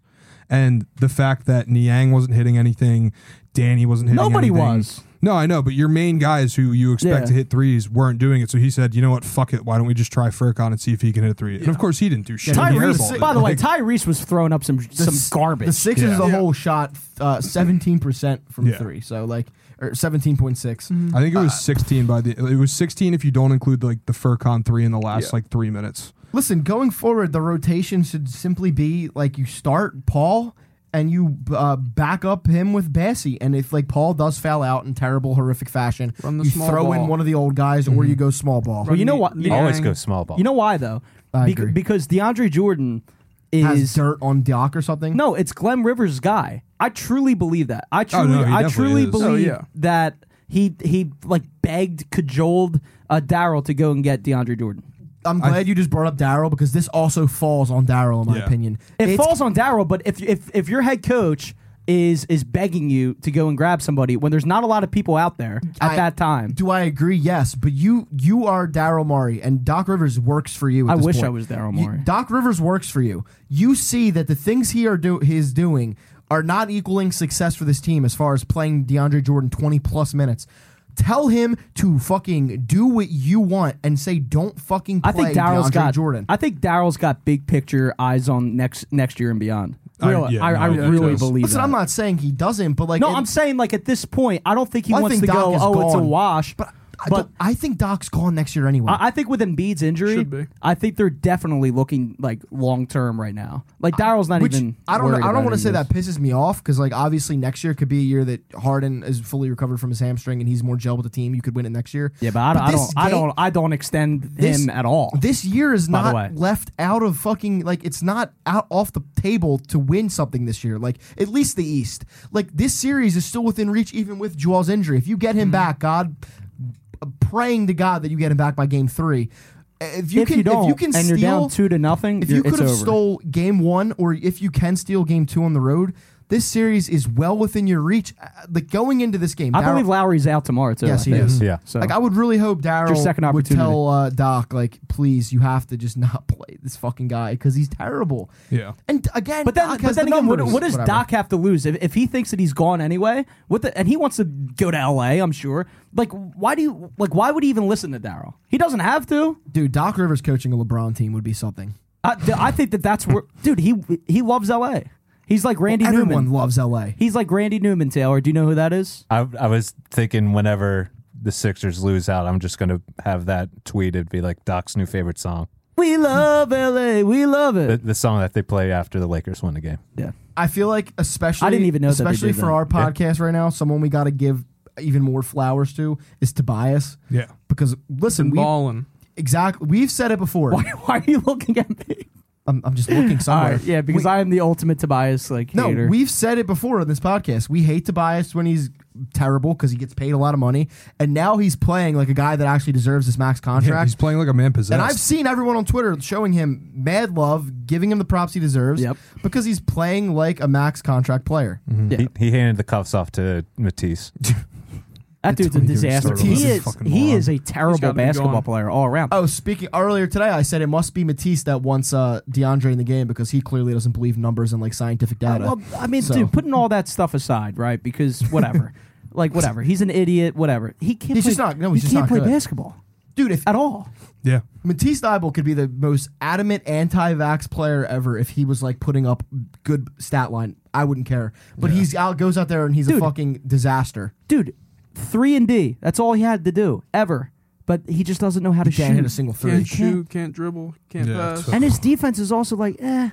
S3: And the fact that Niang wasn't hitting anything, Danny wasn't hitting
S2: Nobody
S3: anything.
S2: was.
S3: No, I know, but your main guys who you expect
S2: Yeah.
S3: to hit threes weren't doing it. So he said, you know what, fuck it. Why don't we just try Furcon and see if he can hit a three? And of course, he didn't do shit. He airballed
S2: Tyrese,
S3: it.
S2: by the way,
S3: Like,
S2: Tyrese was throwing up some some
S1: s-
S2: garbage.
S1: The Sixers
S3: Yeah.
S1: as a
S3: Yeah.
S1: whole shot uh, seventeen percent from
S3: Yeah.
S1: three, so like or seventeen point six.
S5: Mm-hmm.
S1: Uh,
S3: I think it
S2: Uh,
S3: was 16 by the. It was 16 if you don't include like the Furcon three in the last
S5: Yeah.
S3: like three minutes.
S1: Listen, going forward, the rotation should simply be like you start Paul and you uh, back up him with Bassey, and if like Paul does foul out in terrible, horrific fashion,
S5: Run the
S1: you
S5: small
S1: throw in
S5: ball. Mm-hmm.
S1: one of the old guys or you go small ball.
S2: Well, you know
S5: Niang-
S2: what- you
S4: always
S5: Niang.
S4: go small ball.
S2: you know why, though?
S1: I agree.
S2: Because DeAndre Jordan
S1: Has
S2: is.
S1: dirt on Doc or something.
S2: No, it's Glenn Rivers' guy. I truly believe that. I
S3: Oh,
S2: truly,
S3: no, he
S2: I
S3: definitely
S2: truly
S3: is.
S2: believe
S5: Oh, yeah.
S2: that he he like begged, cajoled uh, Daryl to go and get DeAndre Jordan.
S1: I'm glad you just brought up Daryl because this also falls on Daryl in my
S3: Yeah.
S1: opinion.
S2: It
S1: It's-
S2: falls on Daryl, but if if if your head coach is is begging you to go and grab somebody when there's not a lot of people out there at
S1: I-
S2: that time,
S1: Do I agree? Yes, but you you are Daryl Murray and Doc Rivers works for you. at
S2: I
S1: this
S2: wish
S1: point.
S2: I was Daryl
S1: You-
S2: Morey.
S1: Doc Rivers works for you. You see that the things he are do he is doing are not equaling success for this team as far as playing DeAndre Jordan 20 plus minutes. Tell him to fucking do what you want and say don't fucking play
S2: I think Daryl's
S1: DeAndre
S2: got
S1: Jordan.
S2: I think Daryl's got big picture eyes on next next year and beyond.
S3: I-
S2: Really, I,
S3: yeah,
S2: I,
S3: no, I think
S2: really
S3: so.
S2: believe.
S1: Listen,
S2: that.
S1: I'm not saying he doesn't, but like
S2: No,
S1: it-
S2: I'm saying like at this point, I don't think he
S1: I
S2: wants
S1: think
S2: to
S1: Doc
S2: go.
S1: is
S2: Oh, it's a
S1: gone."
S2: wash.
S1: But I
S2: But-
S1: don't- I think Doc's gone next year anyway.
S2: I, I think with Embiid's injury,
S5: Should be.
S2: I think they're definitely looking like long term right now. Like Daryl's not
S1: Which
S2: even.
S1: I don't. know-
S2: worried
S1: I
S2: about
S1: don't want
S2: it
S1: to say
S2: in
S1: that
S2: this.
S1: pisses me off because, like, obviously next year could be a year that Harden is fully recovered from his hamstring and he's more gel with the team. You could win it next year.
S2: Yeah, but I, don't- I
S1: this
S2: don't. I
S1: game-
S2: don't. I don't extend
S1: this-
S2: him at all.
S1: This year is
S2: By the
S1: not
S2: way.
S1: left out of fucking like it's not out off the table to win something this year. Like at least the East. Like this series is still within reach even with Joel's injury. If you get
S2: Mm-hmm.
S1: him back, God, praying to God that you get him back by game three. If you
S2: if
S1: can,
S2: you don't,
S1: if you can
S2: and
S1: steal,
S2: you're down two to nothing,
S1: if
S2: you're-
S1: you could
S2: it's
S1: have
S2: over.
S1: stole game one or if you can steal game two on the road this series is well within your reach Uh, like going into this game
S2: I
S1: Darryl-
S2: believe Lowry's out tomorrow too.
S1: Yes,
S2: I
S1: he
S2: think.
S1: is.
S4: Yeah.
S2: So
S1: like i would really hope
S2: your second
S1: daryl would
S2: opportunity.
S1: tell uh, doc like please you have to just not play this fucking guy because he's terrible
S3: Yeah.
S1: and again
S2: But then,
S1: Doc
S2: but
S1: has
S2: then
S1: the
S2: again, what,
S1: numbers.
S2: what does
S1: Whatever.
S2: Doc have to lose if, if he thinks that he's gone anyway? What the, and he wants to go to L.A. I'm sure. Like, why do you like? Why would he even listen to Daryl? He doesn't have to.
S1: dude doc rivers coaching a lebron team would be something
S2: I, th- I think that that's where, dude. He he loves L.A. He's like Randy
S1: everyone
S2: Newman.
S1: loves la
S2: He's like Randy Newman. Taylor, do you know who that is?
S4: I, I was thinking whenever the Sixers lose out, I'm just going to have that tweeted be like Doc's new favorite song.
S2: We love L.A. We love
S4: The,
S2: it.
S4: the song that they play after the Lakers win the game.
S2: Yeah.
S1: I feel like especially
S2: I didn't even know that they
S1: especially
S2: did
S1: for
S2: that.
S1: our podcast right now, someone we got to give even more flowers to is Tobias.
S3: Yeah.
S1: Because listen,
S5: and
S1: we
S5: balling.
S1: exactly we've said it before.
S2: Why, why are you looking at me?
S1: I'm, I'm just looking
S2: All
S1: somewhere.
S2: right. Yeah, because I am the ultimate Tobias like
S1: no,
S2: hater.
S1: we've said it before on this podcast. We hate Tobias when he's terrible because he gets paid a lot of money, and now he's playing like a guy that actually deserves this max
S3: Yeah,
S1: contract.
S3: he's playing like a man possessed.
S1: and I've seen everyone on Twitter showing him mad love, giving him the props he deserves,
S2: Yep.
S1: because he's playing like a max contract player.
S3: Mm-hmm.
S2: Yeah.
S4: He, he handed the cuffs off to Matisse.
S2: That dude's a
S3: Tony Davis
S2: disaster.
S3: Turtle is
S2: He
S3: a
S2: is
S3: fucking
S2: he
S3: moron.
S2: is a terrible
S5: gotta be
S2: basketball
S5: gone.
S2: player all around.
S1: Oh, speaking earlier today, I said it must be Matisse that wants uh, DeAndre in the game because he clearly doesn't believe numbers and like scientific data.
S2: Uh, well, I mean,
S1: So-
S2: dude, putting all that stuff aside, right? Because whatever, like whatever, he's an idiot. Whatever, he can't.
S1: He's
S2: play,
S1: just not- no, he's
S2: he
S1: just
S2: can't
S1: not
S2: play
S1: good.
S2: basketball
S1: Dude, if
S2: at all.
S3: yeah.
S1: Matisse Thybul could be the most adamant anti-vax player ever if he was like putting up good stat line, I wouldn't care. But he's out goes out there and he's a
S2: Dude.
S1: fucking disaster.
S2: Dude, three and D. That's all he had to do ever. But he just doesn't know how to
S1: Can't hit a
S2: shoot.
S1: single
S5: Can't
S1: three.
S5: shoot, can't dribble, can't
S3: Yeah,
S5: pass.
S3: so-
S2: And his defense is also like eh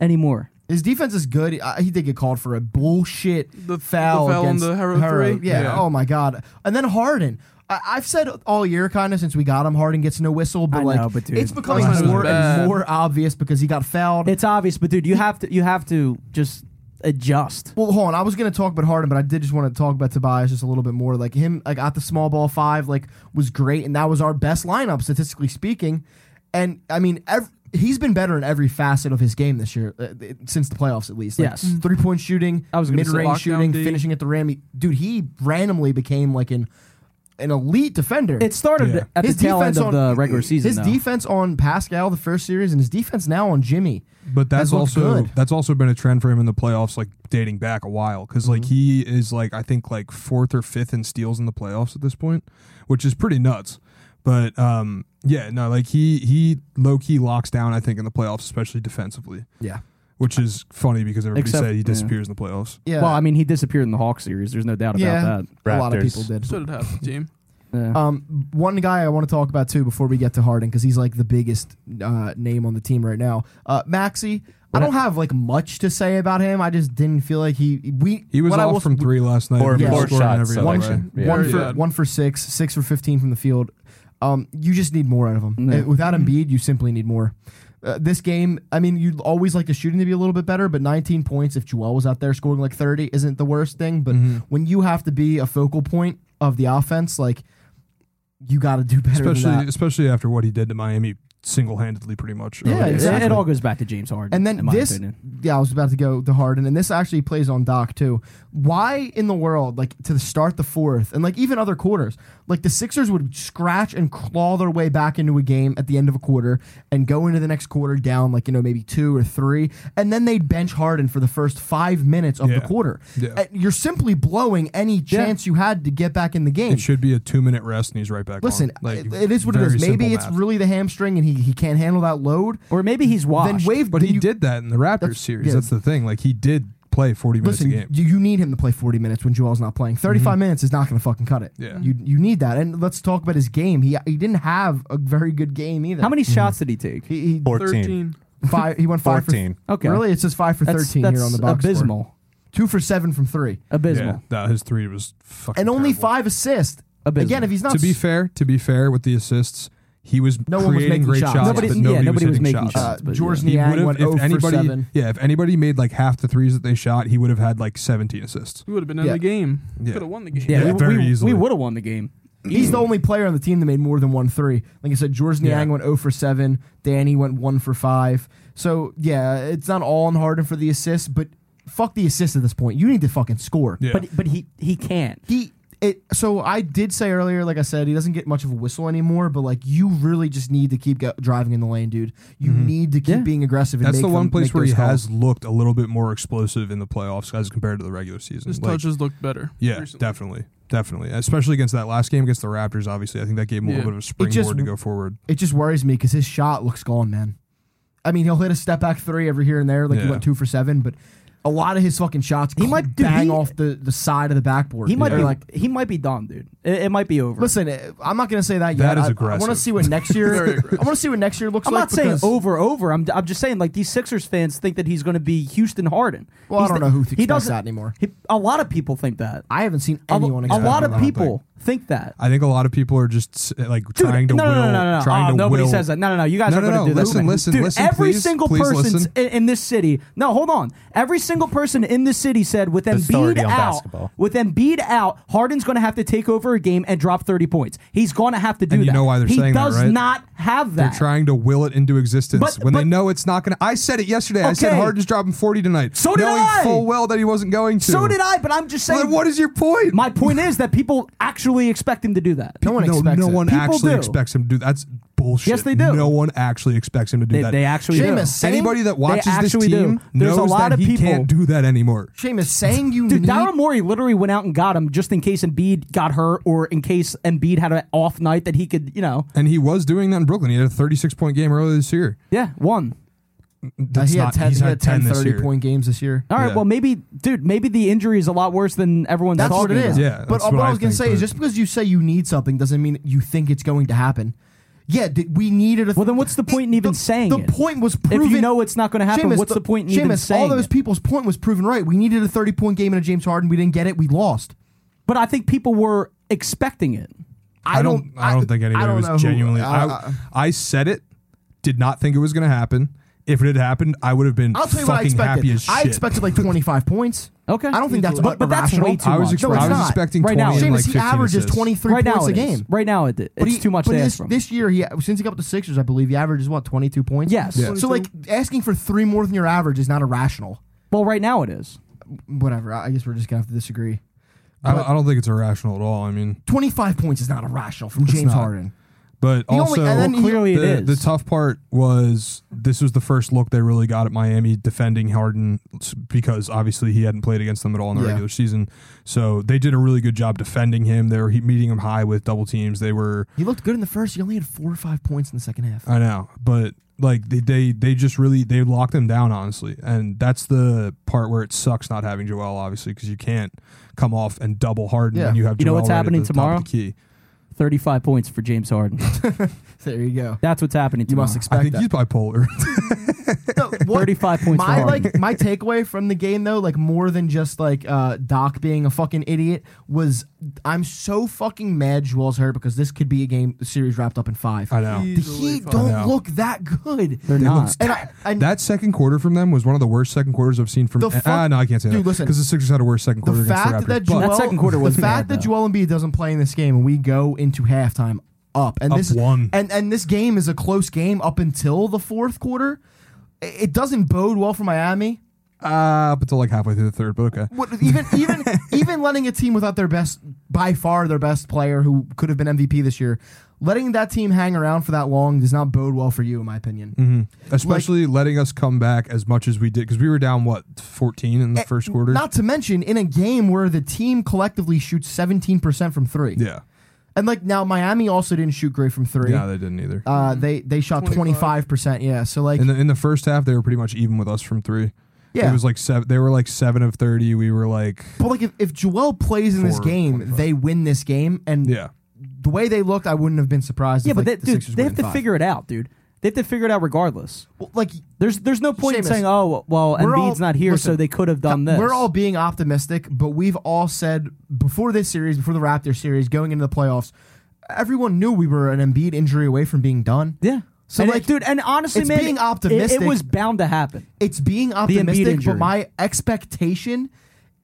S2: anymore.
S1: His defense is good. Uh, he did get called for a bullshit
S5: The- the
S1: foul
S5: foul on
S1: against
S5: the Hero three?
S1: Yeah.
S5: Yeah.
S1: Oh my god. And then Harden. I- I've said all year, kind of since we got him, Harden gets no whistle, but
S2: I
S1: like
S2: know, but dude,
S1: it's becoming
S5: Harden was
S1: more and
S5: bad.
S1: more obvious because he got fouled.
S2: It's obvious, but dude, you have to you have to just adjust.
S1: well, hold on. I was going to talk about Harden, but I did just want to talk about Tobias just a little bit more. Like him, like at the small ball five, like was great, and that was our best lineup statistically speaking. And I mean, ev he's been better in every facet of his game this year, uh, th- since the playoffs at least. Like,
S2: Yes. Mm.
S1: three point shooting,
S2: I was gonna
S1: mid
S2: say
S1: range
S5: lockdown
S1: shooting,
S5: D.
S1: finishing at the rim. He- Dude, he randomly became like an an elite defender.
S2: It started
S3: Yeah.
S2: at
S1: His
S2: the tail end
S1: defense
S2: of
S1: on-
S2: the regular season.
S1: his
S2: though.
S1: defense on Pascal the first series, and his defense now on Jimmy.
S3: But that's
S1: Has looked
S3: also
S1: good.
S3: that's also been a trend for him in the playoffs, like dating back a while, because like
S1: Mm-hmm.
S3: he is like I think like fourth or fifth in steals in the playoffs at this point, which is pretty nuts. But um, yeah, no, like he he low key locks down. I think in the playoffs, especially defensively,
S1: Yeah,
S3: which is funny because everybody
S2: Except-
S3: said he
S2: yeah.
S3: disappears in the playoffs.
S1: yeah.
S2: Well, I mean, he disappeared in the Hawks series. There's no doubt
S1: yeah,
S2: about
S1: a
S2: that.
S1: lot of
S4: Raptors.
S1: people did.
S5: So did half the team.
S2: Yeah.
S1: Um, one guy I want to talk about too before we get to Harden because he's like the biggest uh, name on the team right now. Uh, Maxi, I don't have like much to say about him. I just didn't feel like he we
S3: He was
S1: what I
S3: off
S1: will-
S3: from three last night.
S4: Four-
S3: and he was
S1: four
S3: scoring
S4: shots,
S3: every
S4: so
S3: other
S1: one,
S4: like,
S3: way.
S4: right? Yeah.
S1: one
S5: Very
S1: for
S5: bad.
S1: one for six, six for fifteen from the field. Um, you just need more out of him.
S2: Yeah.
S1: Uh, Without Embiid, you simply need more. Uh, this game, I mean, you'd always like the shooting to be a little bit better, but 19 points if Joel was out there scoring like 30 isn't the worst thing. But
S3: Mm-hmm.
S1: when you have to be a focal point of the offense, like you got to do better. than that.
S3: especially especially after what he did to Miami single handedly, pretty much.
S1: Yeah,
S3: earlier.
S2: It-
S1: exactly.
S2: It all goes back to James Harden.
S1: And then
S2: in my
S1: this,
S2: opinion.
S1: yeah, I was about to go to Harden, and this actually plays on Doc too. Why in the world, like to start the fourth, and like even other quarters, like the Sixers would scratch and claw their way back into a game at the end of a quarter and go into the next quarter down, like you know maybe two or three, and then they'd bench Harden for the first five minutes of the
S3: Yeah.
S1: quarter.
S3: Yeah.
S1: And You're simply blowing any chance you had to get back in the game.
S3: It should be a two minute rest, and he's right back.
S1: Listen,
S3: on. Like,
S1: it- it is what it
S3: very
S1: is. Maybe
S3: simple
S1: it's
S3: math.
S1: really the hamstring, and he, he can't handle that load.
S2: Or maybe he's washed.
S1: Then wave,
S3: But
S1: then
S3: he
S1: you-
S3: did that in the Raptors
S1: That's-
S3: series.
S1: yeah.
S3: That's the thing. Like he did play 40 minutes
S1: Listen,
S3: a game. Mm-hmm.
S1: you, you need him to play 40 minutes when Joel's not playing. 35 minutes is not going to fucking cut it.
S3: Yeah.
S1: You you need that. And let's talk about his game. He he didn't have a very good game either.
S2: How many shots did he take?
S1: He, he
S4: 14.
S5: 13.
S1: five. He went five
S4: 14.
S1: for.
S2: Okay.
S1: Really, it says five for
S2: That's,
S1: 13
S2: that's
S1: here on the box. score.
S2: abysmal.
S1: Two for seven from three,
S2: Abysmal.
S3: Yeah, that his three was fucking
S1: and only
S3: terrible.
S1: five assists.
S2: Abysmal.
S1: Again, if he's not
S3: To be
S1: s-
S3: fair, to be fair with the assists, he was
S1: No one was
S3: creating
S1: making
S3: great
S1: shots.
S3: shots,
S1: Nobody-
S3: but
S2: yeah,
S3: nobody,
S2: nobody was
S3: was, hitting
S2: making
S3: shots.
S2: shots.
S1: uh,
S2: but
S1: George
S2: yeah.
S3: He
S1: Niang
S3: would've-
S1: went
S3: if
S1: over
S3: anybody,
S1: for seven.
S3: yeah, if anybody made like half the threes that they shot, he would have had like 17 assists.
S5: We would have been in
S1: Yeah.
S5: the game.
S3: Yeah.
S5: Could have won the game.
S2: Yeah,
S3: Yeah,
S2: we,
S3: very
S2: we,
S3: easily.
S2: would have won the game.
S1: He's the only player on the team that made more than one three. Like I said, George
S3: Yeah.
S1: Niang went 0 for 7. Danny went 1 for 5. So, yeah, it's not all on Harden for the assist, but fuck the assist at this point. You need to fucking score.
S3: Yeah.
S2: But but he he can't.
S1: He. It, so I did say earlier, like I said, he doesn't get much of a whistle anymore. But like, you really just need to keep go- driving in the lane, dude. You need to keep
S2: Yeah.
S1: being aggressive. And
S3: Mm-hmm. That's
S1: make
S3: the
S1: them-
S3: one place
S1: make
S3: where
S1: those
S3: he
S1: calls.
S3: has looked a little bit more explosive in the playoffs as compared to the regular season.
S5: His
S3: Like,
S5: touches looked better.
S3: yeah,
S5: recently.
S3: definitely, definitely, especially against that last game against the Raptors. Obviously, I think that gave him a
S5: Yeah.
S3: little bit of a springboard
S1: just-
S3: to go forward.
S1: It just worries me because his shot looks gone, man. I mean, he'll hit a step back three every here and there, like he
S3: Yeah.
S1: went two for seven, but a lot of his fucking shots
S2: He
S1: he
S2: might-
S1: might
S2: dude,
S1: bang
S2: he-
S1: off the, the side of the backboard.
S2: He might
S1: They're
S2: be
S1: like.
S2: like he might be done, dude. It, it might be over.
S1: Listen, eh, I'm not gonna say that yet.
S3: That is
S1: I- I, want to
S3: aggressive.
S1: see what next
S5: Very
S1: year. I
S5: aggressive.
S1: want to see what next year looks
S2: I'm
S1: like.
S2: not saying
S1: because-
S2: over over. I'm I'm just saying like these Sixers fans think that he's going to be Houston Harden.
S1: Well, I
S2: He's
S1: don't
S2: the-
S1: know who thinks
S2: he doesn't-
S1: that anymore.
S2: He, a lot of people think that.
S1: I haven't seen
S2: A,
S1: anyone.
S2: a
S1: expect
S2: lot
S1: him.
S2: of people think that.
S3: I think a lot of people are just s- like
S2: Dude,
S3: trying to
S2: no,
S3: will,
S2: no, no, no, no.
S3: trying
S2: oh,
S3: to
S2: nobody
S3: will.
S2: says that. No, no, no. You guys
S3: No,
S2: are
S3: no,
S2: going to
S3: no.
S2: do this.
S3: Listen,
S2: man.
S3: listen,
S2: Dude,
S3: listen,
S2: Every
S3: please,
S2: single
S3: please
S2: person
S3: listen.
S2: in, in this city. No, hold on. Every single person in this city said with
S4: That's
S2: Embiid
S4: authority on
S2: out,
S4: basketball.
S2: with Embiid out, Harden's going to have to take over a game and drop thirty points. He's going to have to do
S3: And
S2: that.
S3: you know why they're
S2: he
S3: saying that,
S2: does
S3: right?
S2: not have that.
S3: They're trying to will it into existence
S2: But-
S3: when they
S2: but-
S3: know it's not going to. I said it yesterday. I said
S2: Okay.
S3: Harden's dropping 40 tonight.
S2: So did
S3: knowing
S2: I!
S3: full well that he wasn't going to.
S2: so did I, but I'm just
S3: Well,
S2: saying.
S3: then what is your point?
S2: My point is that people actually expect him to do that.
S1: No one
S3: no,
S1: expects
S3: no
S1: it.
S3: one
S2: People
S3: actually
S2: do.
S3: expects him to do that. That's bullshit.
S2: Yes, they do.
S3: No one actually expects him to do
S2: They,
S3: that.
S2: they actually
S1: Seamus,
S2: do.
S1: same-
S3: Anybody that watches this
S2: actually
S3: team
S2: do. There's a
S3: knows
S2: lot
S3: that
S2: of
S3: he
S2: people-
S3: can't do that anymore.
S1: Seamus saying you
S2: Dude,
S1: need.
S2: Daryl Morey literally went out and got him just in case Embiid got hurt or in case Embiid had an off night that he could, you know.
S3: And he was doing that in Brooklyn. He had a 36 point game earlier this year.
S2: Yeah, one.
S1: Uh,
S3: That's
S1: he had
S3: not-
S1: ten.
S3: he's
S1: he
S3: had
S1: had 10
S3: 10 this
S1: 30
S3: year.
S1: point games this year.
S2: All right,
S3: Yeah.
S2: well, maybe, dude, maybe the injury is a lot worse than everyone's
S1: That's what
S2: talking
S1: it is.
S2: about.
S3: Yeah,
S1: but
S3: that's
S1: what,
S3: what
S1: I
S3: I
S1: was gonna
S3: think,
S1: say is
S3: but-
S1: just because you say you need something doesn't mean you think it's going to happen. Yeah. Did, we needed a.
S2: Well, then what's the point in even
S1: the,
S2: saying
S1: The
S2: it?
S1: point was
S2: If
S1: proven.
S2: you know it's not going to happen,
S1: Seamus,
S2: what's the, point in even
S1: Seamus,
S2: saying
S1: all those
S2: it?
S1: people's point was proven right. We needed a 30 point game in a James Harden. We didn't get it. We lost.
S2: But I think people were expecting it.
S1: I don't.
S3: I don't think anybody
S1: I don't
S3: was
S1: know who- uh,
S3: genuinely.
S1: I-
S3: I, I said it. Did not think it was going to happen. If it had happened, I would have been
S1: I'll tell you
S3: fucking
S1: what I
S3: happy
S1: expected.
S3: as shit.
S1: I expected like 25 points.
S2: Okay.
S1: I don't think that's
S2: But, but that's
S1: irrational.
S2: way too
S3: I was,
S2: much.
S3: expe-
S1: No, it's
S3: I was
S1: not.
S3: expecting
S2: Right
S3: 20
S2: now,
S3: and
S2: Seamus,
S3: like
S1: Seamus,
S3: 15
S1: he averages
S3: assists.
S1: 23
S2: right
S1: points
S2: now
S1: a
S2: it is.
S1: game.
S2: Right now it is.
S1: But
S2: It's
S1: he-
S2: too much
S1: But
S2: to
S1: this,
S2: ask from.
S1: this year, he since he got with the Sixers, I believe he averages what 22 points.
S2: Yes. Yeah.
S1: So like asking for three more than your average is not irrational.
S2: well, right now it is.
S1: Whatever. I I guess we're just gonna have to disagree.
S3: I don't, I don't think it's irrational at all. I mean,
S1: 25 points is not irrational from James
S3: not.
S1: Harden.
S3: but
S1: He only-
S3: also
S1: and then he-
S2: Clearly
S3: the,
S2: it is.
S3: the tough part was this was the first look they really got at Miami defending Harden s- because obviously he hadn't played against them at all in the
S1: Yeah.
S3: regular season. So they did a really good job defending him. They were he- meeting him high with double teams. They were
S1: He looked good in the first. He only had four or five points in the second
S2: Uh,
S1: half.
S3: I know, but like they they, they just really they locked him down honestly, and that's the part where it sucks not having Joel obviously because you can't come off and double Harden
S1: Yeah.
S3: when you have
S2: You know
S3: Joel
S2: what's
S3: right at
S2: happening
S3: the top of
S2: tomorrow?
S3: the key.
S2: 35 points for James Harden.
S1: There you go.
S2: That's what's happening
S1: You
S2: tomorrow.
S1: must
S3: I
S1: expect
S3: think
S1: that.
S3: he's bipolar.
S1: No, what-
S2: 35 points for
S1: My
S2: Harden.
S1: like my takeaway from the game though, like more than just like uh, Doc being a fucking idiot, was I'm so fucking mad Joel's hurt because this could be a game series wrapped up in five.
S3: I know.
S1: The
S5: Easily
S1: Heat
S5: five.
S3: I
S1: don't
S3: know.
S1: look that good.
S2: They're not.
S1: And I, I,
S3: That second quarter from them was one of the worst second quarters I've seen from.
S1: The fuck-
S3: ah, no, I can't say
S1: Dude,
S3: that.
S1: listen.
S3: because the Sixers had a worse second quarter
S1: the
S3: against
S1: fact
S3: the Raptors.
S1: that
S3: but
S1: Joel,
S2: second quarter was
S1: the fact
S2: bad,
S1: that
S2: though.
S1: Joel Embiid doesn't play in this game and we go into halftime up and
S3: Up
S1: this
S3: one.
S1: and and this game is a close game up until the fourth quarter. i- It doesn't bode well for Miami.
S3: uh, up until like halfway through the third, but okay.
S1: What, even even even letting a team without their best by far their best player who could have been MVP this year, letting that team hang around for that long does not bode well for you in my opinion.
S3: Mm-hmm, Especially letting us come back as much as we did because we were down what fourteen in the
S1: Eh,
S3: first quarter.
S1: Not to mention in a game where the team collectively shoots 17% from 3.
S3: yeah,
S1: And like now Miami also didn't shoot great from 3.
S3: yeah, they didn't either.
S2: Mm-hmm.
S1: Uh, they they shot
S5: 25.
S1: 25%, yeah. So like
S3: in the in the first half, they were pretty much even with us from three.
S1: Yeah.
S3: It was like seven. They were like seven of thirty. We were like,
S1: But like if, if Joel plays in this
S3: Four,
S1: game,
S3: 25.
S1: they win this game, and
S3: yeah,
S1: the way they looked, I wouldn't have been surprised.
S2: Yeah,
S1: if,
S2: but
S1: like,
S2: they,
S1: the
S2: dude,
S1: Sixers
S2: they
S1: win
S2: have
S1: in
S2: to
S1: five.
S2: figure it out, dude. They have to figure it out regardless.
S1: Well, like
S2: There's there's no point
S1: Seamus,
S2: in saying, oh, w- well,
S1: we're all-
S2: Embiid's not here,
S1: listen,
S2: so they could have done this.
S1: We're all being optimistic, but we've all said before this series, before the Raptors series, going into the playoffs, everyone knew we were an Embiid injury away from being done.
S2: yeah.
S1: So,
S2: So, and
S1: like,
S2: it- dude, and honestly,
S1: it's
S2: man,
S1: being
S2: it- it-
S1: optimistic.
S2: It, was bound to happen.
S1: It's being
S2: Embiid
S1: optimistic, but
S2: injury.
S1: my expectation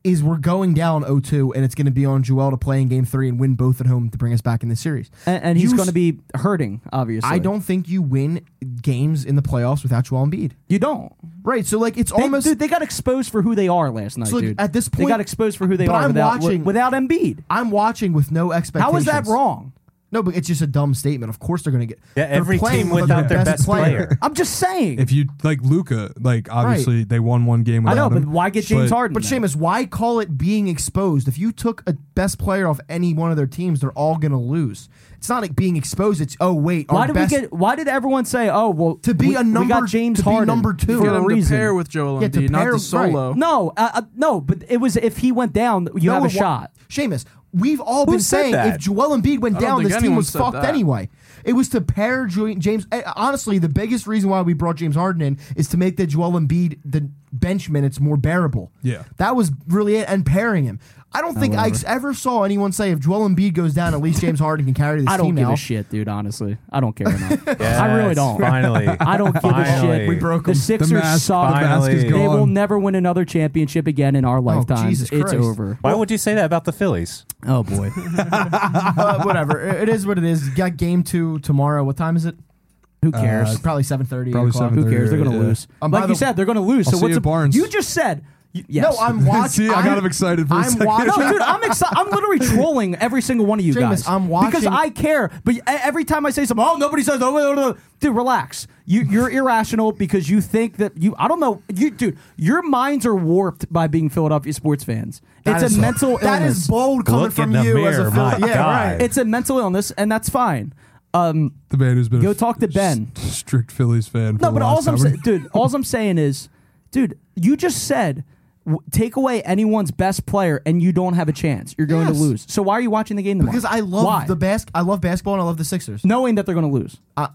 S1: is we're going down 0-2, and it's going to be on Joel to play in Game Three and win both at home to bring us back in the series.
S2: And, and he's
S1: You
S2: going to
S1: s-
S2: be hurting, obviously.
S1: I don't think you win games in the playoffs without Joel Embiid.
S2: You don't.
S1: Right. So like it's
S2: They,
S1: almost
S2: dude, they got exposed for who they are last night,
S1: So, like,
S2: dude.
S1: at this
S2: they
S1: point-
S2: got exposed for who they
S1: but
S2: are
S1: I'm
S2: without, wi-
S1: watching-
S2: without Embiid.
S1: I'm watching with no expectations.
S2: How is that wrong?
S1: No, but it's just a dumb statement. Of course they're going to get.
S4: Yeah,
S1: they're
S4: every
S1: playing
S4: team without their best player.
S2: I'm just saying.
S3: if you like Luca, like obviously they won one game.
S2: I know,
S3: Without
S2: but
S3: him,
S2: why get James
S3: but-
S2: Harden?
S1: But
S2: then?
S1: Seamus, why call it being exposed? If you took a best player off any one of their teams, they're all going to lose. It's not like being exposed. It's oh wait,
S2: Why
S1: our
S2: did
S1: best,
S2: we get? Why did everyone say, "Oh, well,
S1: To be
S2: we,
S1: a
S2: we
S1: number-
S2: got James
S1: to be
S2: Harden
S1: number two.
S2: for
S1: Get
S2: a
S1: him
S5: to
S2: reason"?
S5: pair with Joel
S1: Yeah, to
S5: Embiid, not
S1: pair-
S5: the solo.
S2: No, uh, uh, no, but it was if he went down, you
S1: No
S2: have a
S1: one-
S2: shot.
S1: Seamus, we've all
S4: Who
S1: been
S4: said
S1: saying
S4: that?
S1: if Joel Embiid went
S5: I don't
S1: down,
S5: think
S1: this team
S5: anyone
S1: was
S5: said
S1: fucked
S5: that.
S1: anyway. It was to pair Jo- James. eh, Honestly, the biggest reason why we brought James Harden in is to make the Joel Embiid the bench minutes more bearable.
S3: Yeah.
S1: that was really it, and pairing him. I don't think I ex- ever saw anyone say if Joel Embiid goes down, at least James Harden can carry this
S2: I don't
S1: team
S2: give
S1: now.
S2: a shit, dude. Honestly, I don't care enough.
S4: Yes,
S2: I really don't.
S4: Finally,
S2: I don't give a shit.
S4: Finally.
S1: We broke
S2: the
S1: him.
S2: Sixers
S3: The mask-
S2: suck.
S3: the mask is
S4: Finally.
S2: They will
S3: gone.
S2: never win another championship again in our lifetime.
S1: Oh, Jesus
S2: it's
S1: Christ.
S2: over.
S4: Why would you say that about the Phillies?
S2: Oh boy.
S1: uh, whatever. It it is what it is. You got game two tomorrow. What time is it?
S2: Who cares?
S1: It's probably seven thirty.
S3: Probably 7:30.
S2: Who cares? They're gonna
S3: Uh, Yeah.
S2: lose.
S1: Um, by
S2: like you
S1: the-
S2: said, they're gonna lose.
S3: I'll
S2: so
S3: see
S2: what's
S3: you at
S2: the-
S3: Barnes.
S2: You just said. y- Yes.
S1: No, I'm watching.
S3: See, I got him excited for a
S1: I'm
S3: second.
S1: watching.
S2: No, dude, I'm excited. I'm literally trolling every single one of you
S1: Seamus,
S2: guys.
S1: I'm
S2: because
S1: watching-
S2: I care. But e- every time I say something, oh, nobody says, oh, oh, oh, oh." dude, relax. You, you're irrational because you think that you. I don't know, you, dude. Your minds are warped by being Philadelphia sports fans.
S1: That
S2: it's
S1: is-
S2: a mental illness.
S1: That is bold coming
S4: Look
S1: from
S4: in the
S1: you as
S4: mirror,
S1: a Phil-
S4: my
S1: yeah,
S4: God.
S1: right.
S2: It's a mental illness, and that's fine. Um,
S3: the man who's been a
S2: Go talk to
S3: s-
S2: Ben.
S3: strict Phillies fan. for
S2: no,
S3: the
S2: but
S3: last
S2: all I'm
S3: hour.
S2: saying, dude, all I'm saying is, dude, you just said. w- Take away anyone's best player, and you don't have a chance. You're going
S1: Yes.
S2: to lose. So why are you watching the game tomorrow?
S1: Because I love
S2: Why?
S1: the bas- I love basketball and I love the Sixers.
S2: knowing that they're going to lose.
S1: I,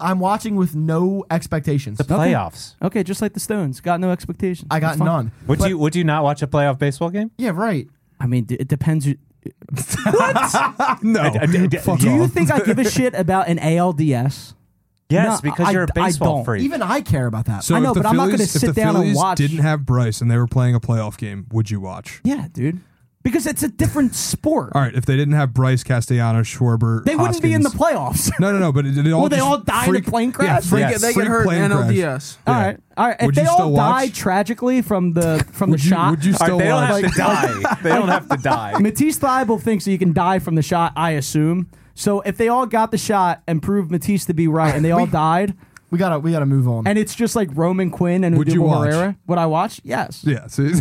S1: I'm watching with no expectations.
S4: Playoffs.
S2: Okay, just like the Stones, got no expectations.
S1: I got
S2: It's fine.
S1: none.
S4: Would
S1: But-
S4: you Would you not watch a playoff baseball game?
S1: Yeah, right.
S2: I mean, d- it depends. who-
S3: no. Fuck
S2: Do you
S3: off.
S2: think I give a shit about an ALDS?
S4: Yes,
S2: No,
S4: because
S2: I-
S4: you're a
S2: I
S4: baseball
S2: don't.
S4: freak.
S1: Even I care about that.
S3: So
S2: I know,
S3: if the
S2: but I'm not gonna
S3: Phillies- if
S2: sit
S3: the
S2: down and
S3: Phillies
S2: watch-
S3: Didn't have Bryce and they were playing a playoff game. Would you watch?
S2: Yeah, dude. Because it's a different sport.
S3: All right, if they didn't have Bryce, Castellanos, Schwarber,
S2: they wouldn't be in the playoffs.
S3: Hoskins- No, no, no. But it, it all
S2: Will they
S3: just
S2: all die in a
S3: freak-
S2: plane crash?
S3: Yeah, freak,
S5: They get- they get
S3: freak
S5: hurt
S3: plane
S5: in
S3: crash.
S5: NLDS.
S2: All right, all right. If
S3: Would
S2: they
S3: you
S2: all
S3: still
S2: die
S3: watch?
S2: tragically from the from
S3: Would
S2: the
S3: you,
S2: shot,
S3: would you
S4: All right,
S3: still
S4: they don't
S3: watch?
S4: have to die. They don't have to die.
S2: Matisse Thybul thinks that you can die from the shot. I assume. So if they all got the shot and proved Matisse to be right, and they all died,
S1: we gotta we gotta move on.
S2: and it's just like Roman Quinn and
S3: Would you
S2: Odubel
S3: watch?
S2: Herrera, would I watch? Yes.
S3: yeah. See,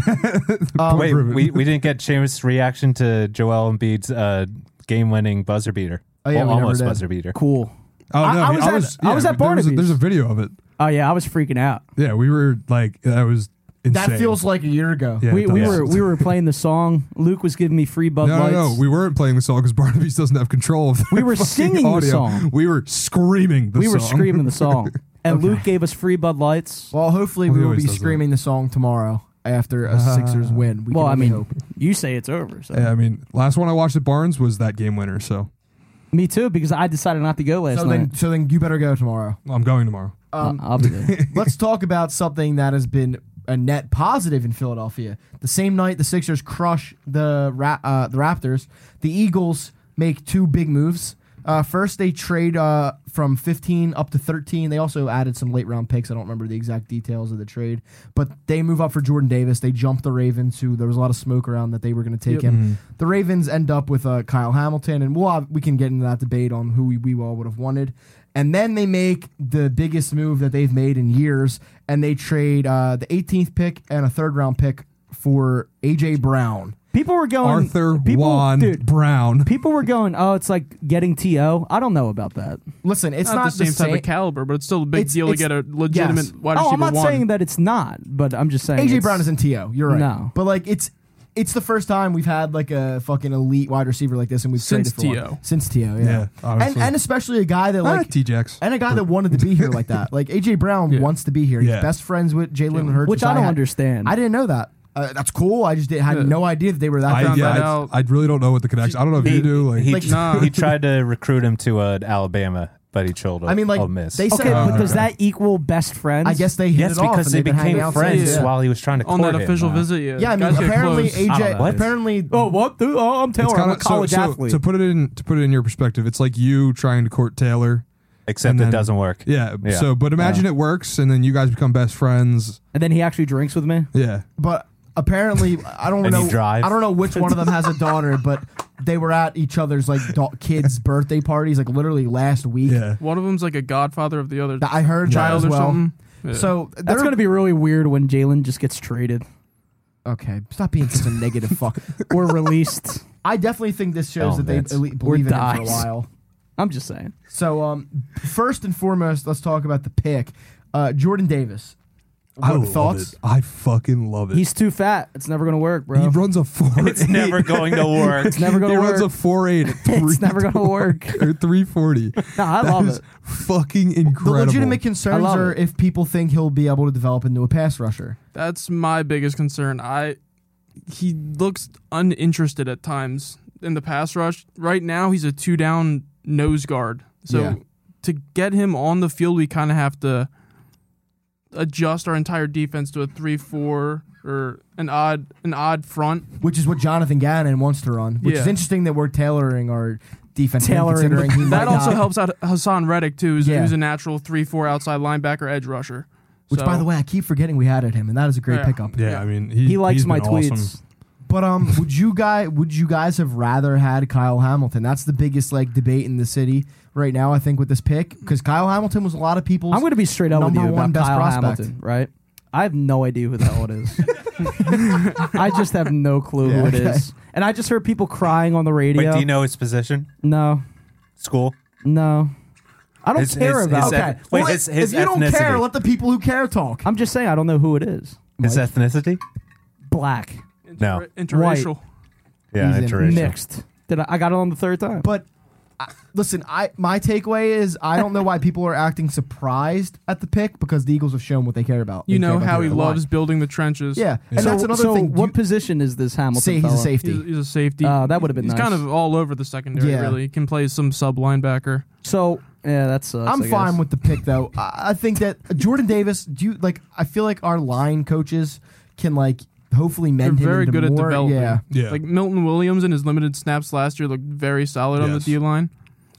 S1: Um,
S4: Wait,
S3: Ruben.
S4: we, we didn't get Seamus' reaction to Joel Embiid's uh, game-winning buzzer beater.
S1: Oh, yeah,
S4: Well,
S1: we never
S4: almost
S1: did.
S4: buzzer beater.
S2: Cool.
S3: Oh
S2: I-
S3: no,
S2: I
S3: he-
S2: was at- I
S3: yeah,
S2: was at
S3: there was a-
S2: Barnaby's.
S3: There's a video of it.
S2: Oh yeah, I was freaking out.
S3: Yeah, we were like that was insane.
S1: that feels like a year ago.
S3: Yeah,
S2: we
S3: it
S2: we
S3: does.
S2: were we were playing the song. Luke was giving me free Bud
S3: No,
S2: Lights.
S3: no, no, we weren't playing the song because Barnaby's doesn't have control of.
S2: We
S3: their
S2: were
S3: fucking
S2: singing the
S3: audio.
S2: song.
S3: We were screaming the
S2: We
S3: song.
S2: were screaming the song, and Luke gave us free Bud Lights.
S1: Well, hopefully
S3: He
S1: we will
S3: always
S1: be
S3: does that.
S1: screaming the song tomorrow after a Sixers win. We
S2: Well,
S1: can
S2: I
S1: only
S2: mean,
S1: hope.
S2: you say it's over. So
S3: Yeah, I mean, last one I watched at Barnes was that game winner. So
S2: me too, because I decided not Uh, to go last
S1: so
S2: night.
S1: then so then you better go tomorrow.
S3: I'm going tomorrow.
S1: Um,
S2: I'll be there.
S1: Let's talk about something that has been a net positive in Philadelphia. The same night the Sixers crush the Ra- uh, the Raptors, the Eagles make two big moves. Uh, first, they trade uh, from 15 up to 13. They also added some late round picks. I don't remember the exact details of the trade, but they move up for Jordan Davis. They jump the Ravens, who there was a lot of smoke around that they were going to take
S2: Mm.
S5: Yep.
S3: Mm-hmm.
S1: him.
S2: Um,
S1: The Ravens end up with uh, Kyle Hamilton, and we'll have, we can get into that debate on who we, we all would have wanted. And then they make the biggest move that they've made in years, and they trade uh, the 18th pick and a third round pick for AJ Brown.
S2: People were going
S3: Arthur
S2: people,
S3: Juan
S2: dude,
S3: Brown.
S2: people were going, "Oh, it's like getting TO." I don't know about that.
S1: Listen, it's
S5: Not,
S1: not,
S5: the same type of caliber, but it's still a big
S1: It's-
S5: deal to
S1: it's-
S5: get a legitimate
S1: yes.
S5: wide receiver
S2: Oh, I'm not
S5: one.
S2: saying that it's not, but I'm just saying
S1: AJ
S2: it's-
S1: Brown is in TO. You're right.
S2: No.
S1: but like it's it's the first time we've had like a fucking elite wide receiver like this, and we've
S5: Since
S1: traded for
S5: T.O..
S1: one. since TO. Yeah,
S3: Yeah,
S1: and
S3: obviously.
S1: and especially a guy that like
S3: T Jax.
S1: and a guy that wanted to be here like that. Like AJ Brown
S5: Yeah.
S1: wants to be here. He's
S3: Yeah.
S1: best friends with Jalen Hurts,
S2: which I don't
S1: had-
S2: understand.
S1: I didn't know that. Uh, that's cool. I just did, had
S5: Yeah.
S1: no idea that they were that.
S3: I,
S5: found
S1: friends.
S3: yeah,
S5: that
S3: I,
S5: out-
S3: I really don't know what the connection. I don't know if you do. Like,
S4: he,
S1: Like,
S5: nah.
S4: he tried to recruit him to uh, Alabama, but he chose.
S1: I mean, like,
S4: Ole Miss.
S1: they said-
S2: Okay,
S1: Uh,
S2: but does that equal best friends?
S1: I guess they hit
S4: yes,
S1: it off
S4: because
S1: and
S4: they
S1: they've been hanging
S4: became
S1: out
S4: friends
S1: since, yeah.
S4: while he was trying to
S5: on
S4: court
S5: that
S4: him,
S5: official
S4: uh,
S5: visit. Yeah,
S1: Yeah, I mean,
S5: guys get
S1: apparently
S5: close.
S4: I don't
S1: AJ.
S4: know.
S1: Apparently,
S2: Oh, what? Dude, oh, I'm Taylor. I'm
S3: kinda-
S2: a college
S3: so,
S2: athlete.
S3: So, to put it in to put it in your perspective, it's like you trying to court Taylor.
S4: Except
S3: and
S4: it
S3: then-
S4: doesn't work.
S3: Yeah.
S4: Yeah.
S3: So, but imagine it works, and then you guys become best friends.
S2: and then he actually drinks with me.
S3: Yeah.
S1: but apparently I don't
S4: And
S1: know.
S4: you drive.
S1: I don't know which one of them has a daughter, but they were at each other's like da- kids' birthday parties, like literally last week.
S3: Yeah.
S5: one of them's like a godfather of the other.
S1: That I heard
S5: Child
S1: that
S5: or
S1: as well.
S5: something. Yeah.
S1: So they're,
S2: That's going to be really weird when Jalen just gets traded
S1: okay. Stop being such a negative fuck.
S2: or released.
S1: I definitely think this shows
S4: Oh,
S1: that they
S4: Vince.
S1: elite believe in him for a
S2: dies.
S1: while.
S2: I'm just saying.
S1: So um, first and foremost, let's talk about the pick, uh, Jordan Davis.
S3: I
S1: What
S3: love
S1: thoughts?
S3: it. I fucking love it.
S2: He's too fat. It's never going to work, bro.
S3: he runs a four.
S4: It's never going to work.
S2: it's never going
S3: he
S2: to
S3: runs
S2: work.
S3: a four eight.
S2: it's never going to work.
S3: or three forty.
S2: No, I love it.
S3: Fucking
S1: The
S3: incredible.
S1: legitimate
S2: I
S1: concerns
S2: love
S1: are
S2: it.
S1: if people think he'll be able to develop into a pass rusher.
S5: That's my biggest concern. I he looks uninterested at times in the pass rush. Right now, he's a two down nose guard. So
S1: Yeah.
S5: to get him on the field, we kind of have to adjust our entire defense to a three four or an odd an odd front.
S1: which is what Jonathan Gannon wants to run. Which is
S5: Yeah.
S1: interesting that we're tailoring our defense.
S2: Tailoring.
S1: considering he might
S5: That also
S1: not-
S5: helps out Hassan Reddick too, who's,
S1: Yeah.
S5: who's a natural three four outside linebacker edge rusher.
S1: Which,
S5: So-
S1: by the way, I keep forgetting we had at him, and that is a great
S5: Yeah.
S1: pickup.
S3: Yeah,
S5: Yeah.
S3: I mean, he,
S2: He likes
S3: he's
S2: my
S3: been
S2: tweets.
S3: awesome.
S1: But um, would you guy would you guys have rather had Kyle Hamilton? That's the biggest like debate in the city right now. I think with this pick because Kyle Hamilton was a lot of people's.
S2: I'm going to be straight up with
S1: Number
S2: you
S1: one
S2: about
S1: best
S2: Kyle
S1: prospect.
S2: Hamilton, right? I have no idea who the hell it is. I just have no clue who
S1: Yeah,
S2: it is.
S1: okay.
S2: And I just heard people crying on the
S4: But
S2: radio.
S4: do you know his position?
S2: no,
S4: School?
S2: no. I don't
S4: His-
S2: care
S4: his-
S2: about
S4: his
S2: it.
S4: eth- wait, his- his
S1: if you don't care,
S4: ethnicity.
S1: let the people who care talk.
S2: I'm just saying I don't know who it is.
S4: His ethnicity?
S2: Black.
S4: No.
S5: Inter- interracial.
S4: Yeah,
S1: He's in
S4: interracial.
S2: Mixed. Did I, I got it on the third time.
S1: But I, listen, I my takeaway is I don't know why people are acting surprised at the pick because the Eagles have shown what they care about.
S5: You
S1: They care
S5: know
S1: about
S5: how he
S1: their line.
S5: loves building the trenches.
S1: Yeah, and
S2: so,
S1: that's another
S2: so
S1: thing. Do
S2: what
S1: you-
S2: position is this Hamilton?
S1: say he's a
S2: fella?
S1: safety.
S5: He's, he's a safety.
S2: Uh, that would've been
S5: He's
S2: nice.
S5: kind of all over the secondary.
S1: Yeah.
S5: Really, he can play some sub linebacker.
S2: So yeah, that sucks.
S1: I'm
S2: I
S1: fine
S2: guess.
S1: with the pick though. I I think that Jordan Davis. Do you like? I feel like our line coaches can like hopefully mend
S5: They're very
S1: him into
S5: good at
S1: more.
S5: developing.
S1: Yeah,
S3: Yeah,
S5: Like Milton Williams in his limited snaps last year looked very solid on the
S3: Yes.
S5: D line.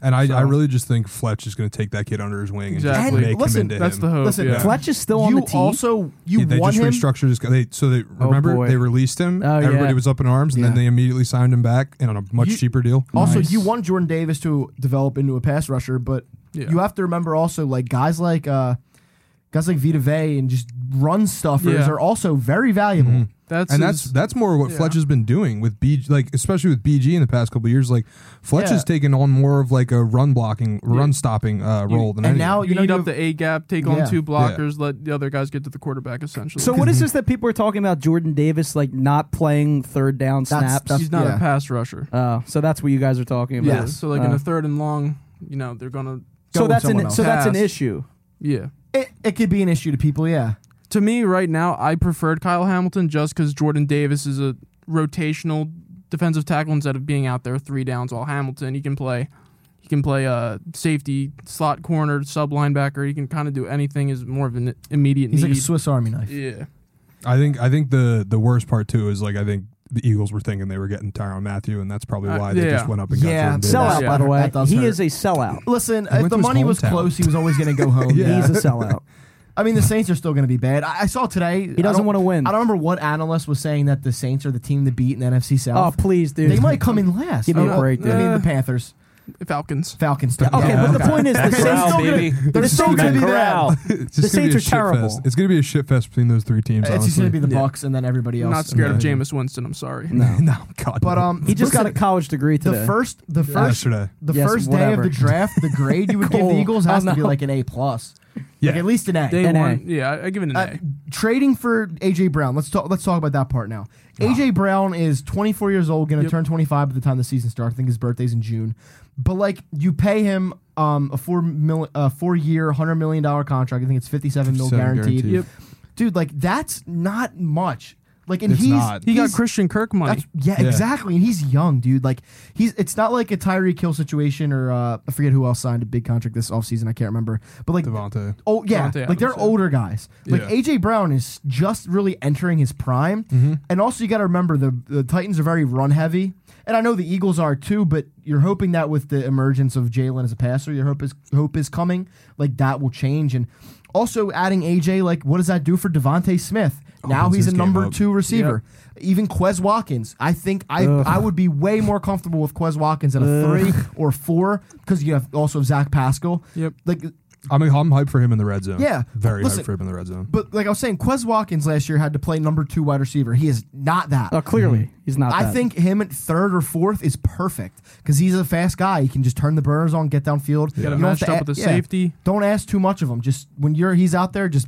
S3: and I,
S5: so-
S3: I really just think Fletch is going to take that kid under his wing and
S5: Exactly.
S3: just make
S1: And listen,
S3: him into
S5: That's
S3: him.
S5: the hope.
S1: Listen,
S5: yeah.
S2: Fletch is still on
S1: you
S2: the team.
S1: also you
S3: Yeah, they
S1: won
S3: just
S1: him.
S3: restructured his. co- They, so they
S2: Oh,
S3: remember
S2: boy.
S3: they released him.
S2: Oh,
S3: Everybody
S2: yeah.
S3: was up in arms, and then
S1: Yeah.
S3: they immediately signed him back and on a much
S1: You-
S3: cheaper deal.
S1: Also,
S2: Nice.
S1: you want Jordan Davis to develop into a pass rusher, but
S5: Yeah.
S1: you have to remember also like guys like uh guys like Vita Vey and just run stuffers
S5: Yeah.
S1: are also very valuable.
S3: Mm-hmm.
S5: That's
S3: and that's
S5: his-
S3: that's more what
S5: yeah.
S3: Fletch has been doing with BG, like especially with BG in the past couple of years. Like Fletch
S1: Yeah.
S3: has taken on more of like a run blocking, run stopping uh, role than
S1: and
S3: any-
S1: now-
S5: you,
S1: you know,
S5: eat
S1: you-
S5: up the A gap, take
S1: Yeah.
S5: on two blockers, let the other guys get to the quarterback essentially.
S2: So what is this that people are talking about? Jordan Davis like not playing third down
S1: That's-
S2: snaps.
S1: that's-
S5: he's not
S1: yeah.
S5: a pass rusher.
S2: Uh, so that's what you guys are talking about.
S5: Yeah. So like in
S2: Uh,
S5: a third and long, you know, they're gonna
S1: go
S2: so
S1: with
S2: that's
S1: someone
S2: an
S1: else.
S2: so that's an
S5: Pass.
S2: issue.
S5: yeah.
S1: It, it could be an issue to people. Yeah,
S5: To me right now, I preferred Kyle Hamilton just because Jordan Davis is a rotational defensive tackle instead of being out there three downs while Hamilton he can play he can play uh safety, slot corner, sub linebacker, he can kinda do anything is more of an immediate
S1: he's like
S5: need.
S1: a Swiss Army knife.
S5: yeah.
S3: I think I think the the worst part too is like I think the Eagles were thinking they were getting Tyron Matthew, and that's probably
S5: Uh,
S3: why they
S5: yeah.
S3: just went up and
S1: Yeah, uh,
S3: got Jordan Davis.
S1: sell
S2: Sellout,
S5: Yeah.
S2: by the way.
S1: That does
S2: He
S1: hurt.
S2: is a sellout.
S1: Listen,
S3: went
S1: if
S3: to
S1: the
S3: his
S1: money was
S3: hometown.
S1: close, he was always going to go home.
S3: Yeah.
S2: He's a sellout.
S1: I mean, the Saints are still going to be bad. I, I saw today.
S2: He doesn't want to win.
S1: I don't remember what analyst was saying that the Saints are the team to beat in the NFC
S2: oh
S1: South.
S2: please, dude.
S1: they might come in last.
S2: Give me a
S1: Oh,
S2: break,
S1: I mean,
S5: dude.
S1: the Panthers.
S5: Falcons.
S1: Falcons. Okay,
S2: Okay, but the point is, the Saints
S4: Corral,
S2: still gonna,
S4: baby.
S2: they're
S1: It's
S2: still
S1: gonna
S2: going
S1: be
S2: to be
S4: Corral.
S2: that.
S3: It's just
S2: The
S3: gonna be a
S2: Saints are
S3: shit fest.
S2: terrible.
S3: It's going to be a shit fest between those three teams.
S1: it's just
S3: honestly.
S1: gonna be the
S2: Yeah.
S1: Bucks and then everybody else.
S5: I'm not scared of
S3: Yeah.
S5: Jameis Winston. I'm sorry.
S3: no, God.
S1: But
S3: no.
S1: um,
S2: He just
S1: listen,
S2: got a college degree today.
S1: the first, the first,
S3: yesterday.
S1: the
S2: Yes,
S1: first day
S2: whatever.
S1: of the draft. The grade you would give
S2: Cool.
S1: the Eagles has
S2: I
S1: to be
S2: know.
S1: like an A plus.
S3: Yeah.
S1: Like at least an A.
S5: They
S2: An A.
S5: won. Yeah, I, I give it an
S1: Uh,
S5: A.
S1: trading for AJ Brown. Let's talk. Let's talk about that part now. AJ Brown is 24 years old, going to
S5: Yep.
S1: turn 25 by the time the season starts. I think his birthday's in June. But like, you pay him um, a four mil, a four year, hundred million dollar contract. I think it's 57 mil
S3: 57
S1: guaranteed.
S3: guaranteed. Yep.
S1: Dude, like that's not much. Like, and
S3: It's
S1: he's
S3: not.
S5: He got
S1: he's-
S5: Christian Kirk money.
S1: that's, yeah,
S3: Yeah.
S1: exactly. And he's young, dude. Like he's it's not like a Tyree Kill situation or uh, I forget who else signed a big contract this offseason. I can't remember. But like
S3: Devontae.
S1: Oh yeah,
S5: Davante
S1: like they're
S5: Adams, yeah.
S1: older guys. Like
S3: Yeah.
S1: AJ Brown is just really entering his prime,
S3: Mm-hmm.
S1: and also you got to remember the the Titans are very run heavy, and I know the Eagles are too. But you're hoping that with the emergence of Jalen as a passer, your hope is hope is coming. Like that will change, and also adding AJ, like what does that do for Devonte Smith? now
S3: Opens
S1: he's a
S3: his Oh, game
S1: number
S3: up.
S1: two receiver. Even Quez Watkins, I think I
S2: Ugh.
S1: I would be way more comfortable with Quez Watkins at a three or four because you have also Zach Pascal.
S5: Yep.
S1: Like
S3: I mean, I'm hyped for him in the red zone.
S1: Yeah.
S3: Very
S1: Listen-
S3: hyped for him in the red zone.
S1: but like I was saying, Quez Watkins last year had to play number two wide receiver. He is not that.
S2: Oh, clearly, he's not.
S1: I
S2: that.
S1: think him at third or fourth is perfect because he's a fast guy. He can just turn the burners on, get downfield.
S5: Got
S1: You
S5: him
S1: don't have
S5: matched
S1: to
S5: up
S1: a-
S5: with a
S1: yeah.
S5: safety.
S1: Don't ask too much of him. Just when you're he's out there, just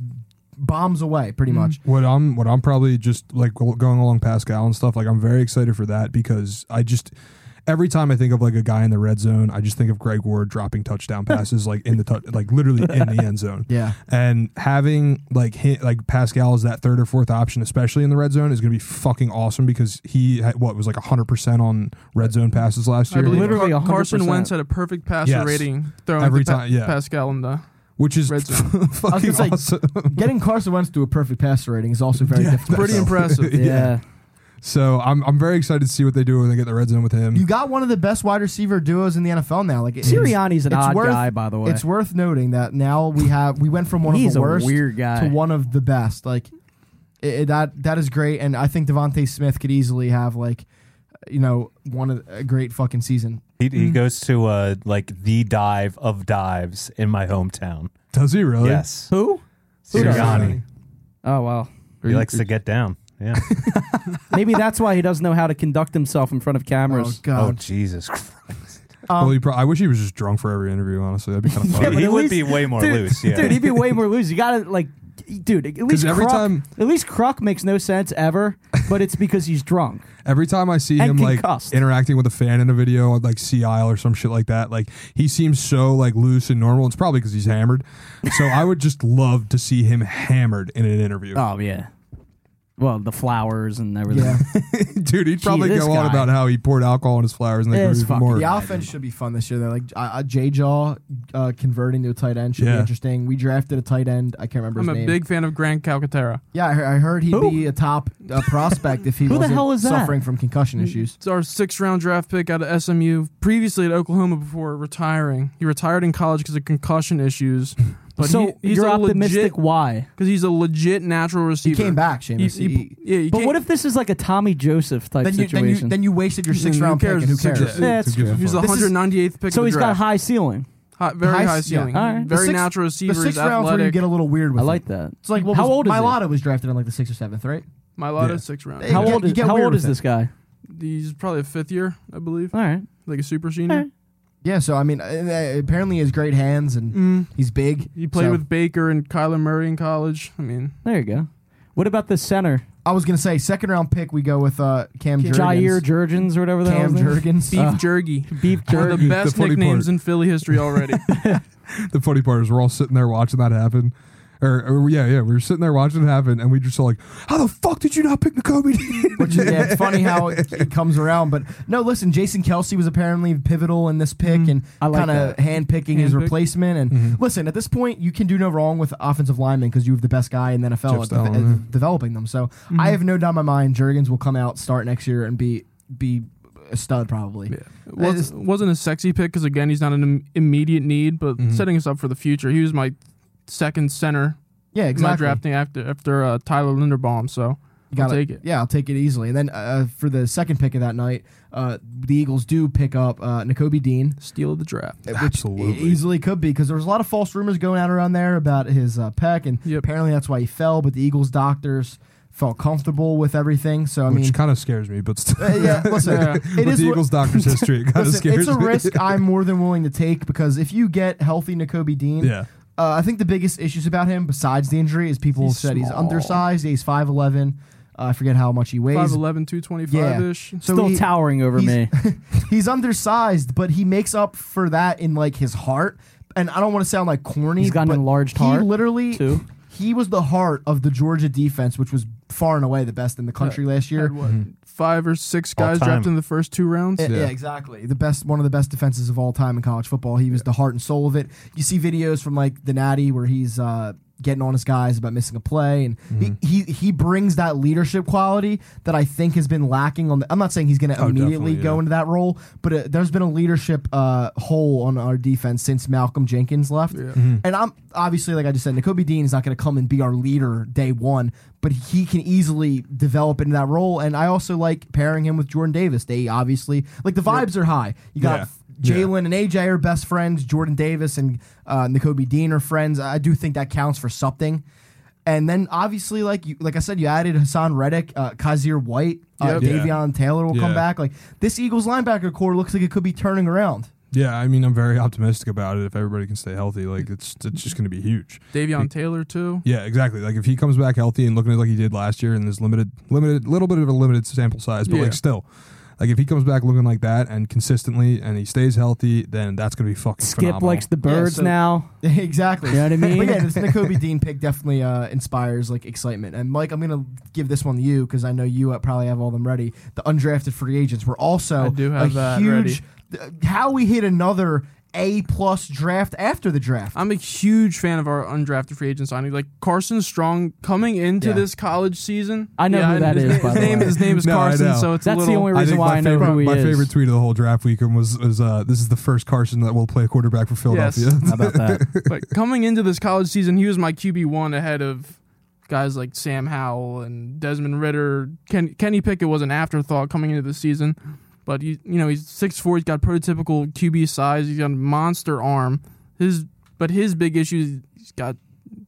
S1: bombs away pretty much.
S3: What I'm, what I'm probably just like going along Pascal and stuff. Like I'm very excited for that because I just every time I think of like a guy in the red zone, I just think of Greg Ward dropping touchdown passes like in the tou- like literally in the end zone.
S1: Yeah.
S3: and having like hit, like Pascal as that third or fourth option, especially in the red zone, is going to be fucking awesome because he had, what was like hundred percent on red zone passes last
S5: I
S3: year,
S5: believe
S2: Literally
S5: Car-
S2: 100%.
S5: Carson Wentz had a perfect passer
S3: Yes.
S5: rating throwing
S3: Every
S5: to Pa-
S3: time, yeah.
S5: Pascal in the
S3: which is
S5: red zone.
S1: was
S3: fucking
S1: gonna say-
S3: awesome.
S1: Getting Carson Wentz to a perfect passer rating is also very
S3: Yeah,
S1: difficult.
S5: Pretty
S1: So-
S5: impressive.
S2: Yeah.
S3: So I'm I'm very excited to see what they do when they get the red zone with him.
S1: You got one of the best wide receiver duos in the NFL now. Like it- it's-
S2: Sirianni's an
S1: it's
S2: odd
S1: worth-
S2: guy, by the way.
S1: It's worth noting that now we have we went from one
S2: he's
S1: of the
S2: a
S1: worst
S2: weird guy.
S1: to one of the best. Like i i- that that is great, and I think Devonte Smith could easily have like you know one of the- a great fucking season.
S4: He, he goes to uh, like the dive of dives in my hometown.
S3: Does he really?
S4: Yes,
S2: Who? Who does?
S4: Sirianni.
S2: Oh wow.
S4: He likes to get down. Yeah.
S2: Maybe that's why he doesn't know how to conduct himself in front of
S1: Oh um,
S2: cameras.
S4: oh
S1: god,
S4: Jesus Christ!
S3: Well, he pro- I wish he was just drunk for every interview. Honestly, that'd be kind of
S4: He-
S3: fun.
S2: Um, but
S4: he
S2: at
S4: would
S2: least-
S4: be way more
S2: dude,
S4: loose. Yeah.
S2: dude, he'd be way more loose. You gotta like, dude. At least
S3: every
S2: Kruk-
S3: time-
S2: at least Kruk makes no sense ever, but it's because he's drunk.
S3: Every time I see
S2: And
S3: him like
S2: concussed.
S3: interacting with a fan in a video, like Sea Isle or some shit like that, like he seems so like loose and normal. It's probably because he's hammered. So I would just love to see him hammered in an interview,
S2: Oh yeah. Well, the flowers and everything.
S1: yeah.
S3: dude. He'd probably
S2: this
S3: go
S2: guy.
S3: on about how he poured alcohol on his flowers and they grew
S2: It's
S3: even
S2: fucking-
S3: more.
S1: The offense should be fun this year. Though, like uh, uh, J Jaw uh, converting to a tight end should be
S3: Yeah.
S1: interesting. We drafted a tight end. I can't remember
S5: I'm
S1: his
S5: a
S1: name.
S5: big fan of Grant Calcaterra.
S1: yeah, I, he- I heard he'd
S2: Who?
S1: be a top uh, prospect if he
S2: Who the
S1: wasn't
S2: hell is that?
S1: suffering from
S5: Mm-hmm.
S1: concussion issues.
S5: It's our sixth round draft pick out of SMU, previously at Oklahoma before retiring. He retired in college because of concussion issues. But
S2: so
S5: he, he's
S2: you're
S5: a
S2: optimistic? Why?
S5: because he's a legit natural
S1: He
S5: receiver.
S1: came back,
S5: He-
S1: Seamus.
S5: he-
S1: He-
S5: yeah, he
S2: But
S5: came-
S2: what if this is like a Tommy Joseph type
S1: then you, then you
S2: situation?
S1: then you wasted your sixth
S5: Mm-hmm. Who
S1: round pick.
S5: cares?
S1: And who
S5: Sixth-
S1: cares?
S2: Yeah, that's
S3: Who gives a
S5: He was the
S3: fuck?
S1: This is-
S5: 198th pick.
S2: so
S5: of the
S2: he's got a
S5: draft.
S2: high ceiling.
S5: High- very
S1: high-
S5: high,
S1: yeah.
S5: ceiling,
S2: All right. The
S5: very
S1: sixth-
S5: natural
S1: The
S5: receiver.
S1: sixth round's where you
S5: athletic.
S1: get a little weird with
S2: I
S1: him.
S2: like that.
S1: It's like what
S2: How
S1: was,
S2: old is he?
S1: Mylotta was drafted in like the sixth or seventh, right?
S5: My lot
S3: Yeah.
S5: of sixth round.
S1: Hey,
S2: How
S1: you
S2: old
S1: get-
S2: is
S1: you get
S2: how
S1: weird
S2: old
S1: with
S2: is
S1: it.
S2: this guy?
S5: He's probably a fifth year, I believe,
S2: All right.
S5: like a super
S2: All
S5: senior.
S2: right.
S1: Yeah, so I mean, uh, uh, apparently he has great hands and
S5: Mm.
S1: he's big.
S5: He played
S1: So-
S5: with Baker and Kyler Murray in college. I mean,
S2: There you go. What about the center?
S1: I was gonna say second round pick. We go with uh, Cam Jurgens.
S2: Jair Jurgens or whatever the hell
S1: Cam
S2: his name is?
S1: Jurgens.
S5: beef
S2: Uh,
S5: jerky.
S2: Beef
S5: One of the
S2: Jurgens.
S5: best
S3: funny
S5: nicknames
S3: part-
S5: in Philly history already.
S3: The funny part is we're all sitting there watching that happen. Or, or yeah, yeah, we were sitting there watching it happen, and we just saw like, how the fuck did you not pick Nicobe Dean?
S1: Which is yeah, it's funny how it, it comes around, but no, listen. Jason Kelsey was apparently pivotal in this pick and
S2: I like
S1: kind of
S2: that.
S1: handpicking his
S5: Handpicked.
S1: replacement. And listen, at this point, you can do no wrong with offensive linemen because you have the best guy in the NFL
S3: Jeff
S1: at,
S3: Stellan,
S1: at
S3: yeah.
S1: developing them. So I have no doubt in my mind Jurgens will come out, start next year, and be be a stud probably. I
S5: was,
S1: just-
S5: wasn't a sexy pick because again, he's not an Im- immediate need, but
S3: Mhm.
S5: setting us up for the future. He was my second center
S1: Yeah,
S5: in my
S1: exactly.
S5: drafting after after uh, Tyler Linderbaum. So
S1: gotta-
S5: take it.
S1: Yeah, I'll take it easily. And then uh, for the second pick of that night, uh, the Eagles do pick up uh, N'Kobe Dean.
S5: Steal of the draft.
S1: which
S3: Absolutely.
S1: e- easily could be because there was a lot of false rumors going out around there about his uh, pec, and
S5: Yep.
S1: apparently that's why he fell. But the Eagles doctors felt comfortable with everything, so I
S3: which
S1: mean,
S3: kind of scares me, but still.
S1: uh, yeah, listen,
S5: Yeah.
S1: it
S3: With
S1: is
S3: the
S1: what-
S3: Eagles' doctor's history, it kind of
S1: listen,
S3: scares
S1: it's a
S3: me.
S1: risk I'm more than willing to take because if you get healthy N'Kobe Dean,
S3: Yeah.
S1: uh, I think the biggest issues about him, besides the injury, is people
S5: He's
S1: said he's
S5: small.
S1: undersized. He's five eleven. Uh, I forget how much he weighs.
S5: 5'11", 225 ish.
S1: So
S2: Still
S1: he-
S2: towering over me.
S1: he's- he's undersized, but he makes up for that in like his heart. And I don't want to sound like corny.
S2: He's got an
S1: but
S2: enlarged
S1: he
S2: heart,
S1: Literally,
S2: too.
S1: he was the heart of the Georgia defense, which was far and away the best in the country last year.
S5: Had what, five or six
S4: All
S5: guys
S4: time.
S5: drafted in the first two rounds.
S1: Yeah, yeah, exactly. The best, one of the best defenses of all time in college football. He was the heart and soul of it. You see videos from like the Natty where he's uh, getting on his guys about missing a play, and
S3: Mm-hmm.
S1: he, he he brings that leadership quality that I think has been lacking. On the, I'm not saying he's going to
S3: Oh,
S1: immediately
S3: definitely,
S1: go
S3: yeah.
S1: into that role, but uh, there's been a leadership uh, hole on our defense since Malcolm Jenkins left.
S3: Mm-hmm.
S1: And I'm obviously, like I just said, N'Kobe Dean is not going to come and be our leader day one, but he can easily develop into that role. And I also like pairing him with Jordan Davis. They obviously like the vibes are high. You got
S3: Yeah.
S1: Jalen and AJ are best friends. Jordan Davis and uh, N'Kobe Dean are friends. I do think that counts for something. And then obviously, like you, like I said, you added Hassan Reddick, uh, Kazir White, uh,
S5: Yep.
S3: Yeah.
S1: Davion Taylor will come
S3: Yeah.
S1: back. Like this Eagles linebacker core looks like it could be turning around.
S3: Yeah, I mean, I'm very optimistic about it. If everybody can stay healthy, like it's it's just going to be huge.
S5: Davion Taylor too.
S3: Yeah, exactly. Like if he comes back healthy and looking like he did last year, and there's limited, limited, little bit of a limited sample size, but
S5: Yeah.
S3: like still, like if he comes back looking like that and consistently, and he stays healthy, then that's going to be fucking.
S2: Skip
S3: phenomenal.
S2: likes the birds
S1: so-
S2: now.
S1: exactly.
S2: You know what I mean?
S1: But yeah, this N'Kobe Dean pick definitely uh, inspires like excitement. And Mike, I'm gonna give this one to you because I know you uh, probably have all them ready. The undrafted free agents were also
S5: I do have
S1: a
S5: that
S1: huge. Th- how we hit another A plus draft after the draft.
S5: I'm a huge fan of our undrafted free agent signing. Like Carson Strong coming into
S1: Yeah.
S5: this college season.
S2: I know who that
S5: his
S2: is,
S5: name-
S2: by
S5: His
S2: the
S5: name,
S2: way.
S5: his name is
S3: No, I
S5: Carson,
S3: know.
S5: so it's a
S2: That's the
S5: little-
S2: only
S3: I
S2: reason
S3: think
S2: why
S3: my
S2: I know
S3: favorite,
S2: who he
S3: my
S2: is.
S3: favorite tweet of the whole draft weekend was was uh, this is the first Carson that will play quarterback for Philadelphia.
S2: How about that?
S5: but coming into this college season, he was my QB one ahead of guys like Sam Howell and Desmond Ritter. Ken, Kenny Pickett was an afterthought coming into the season, but he, you know he's six four. He's got prototypical QB size. He's got a monster arm. His but his big issue is he's got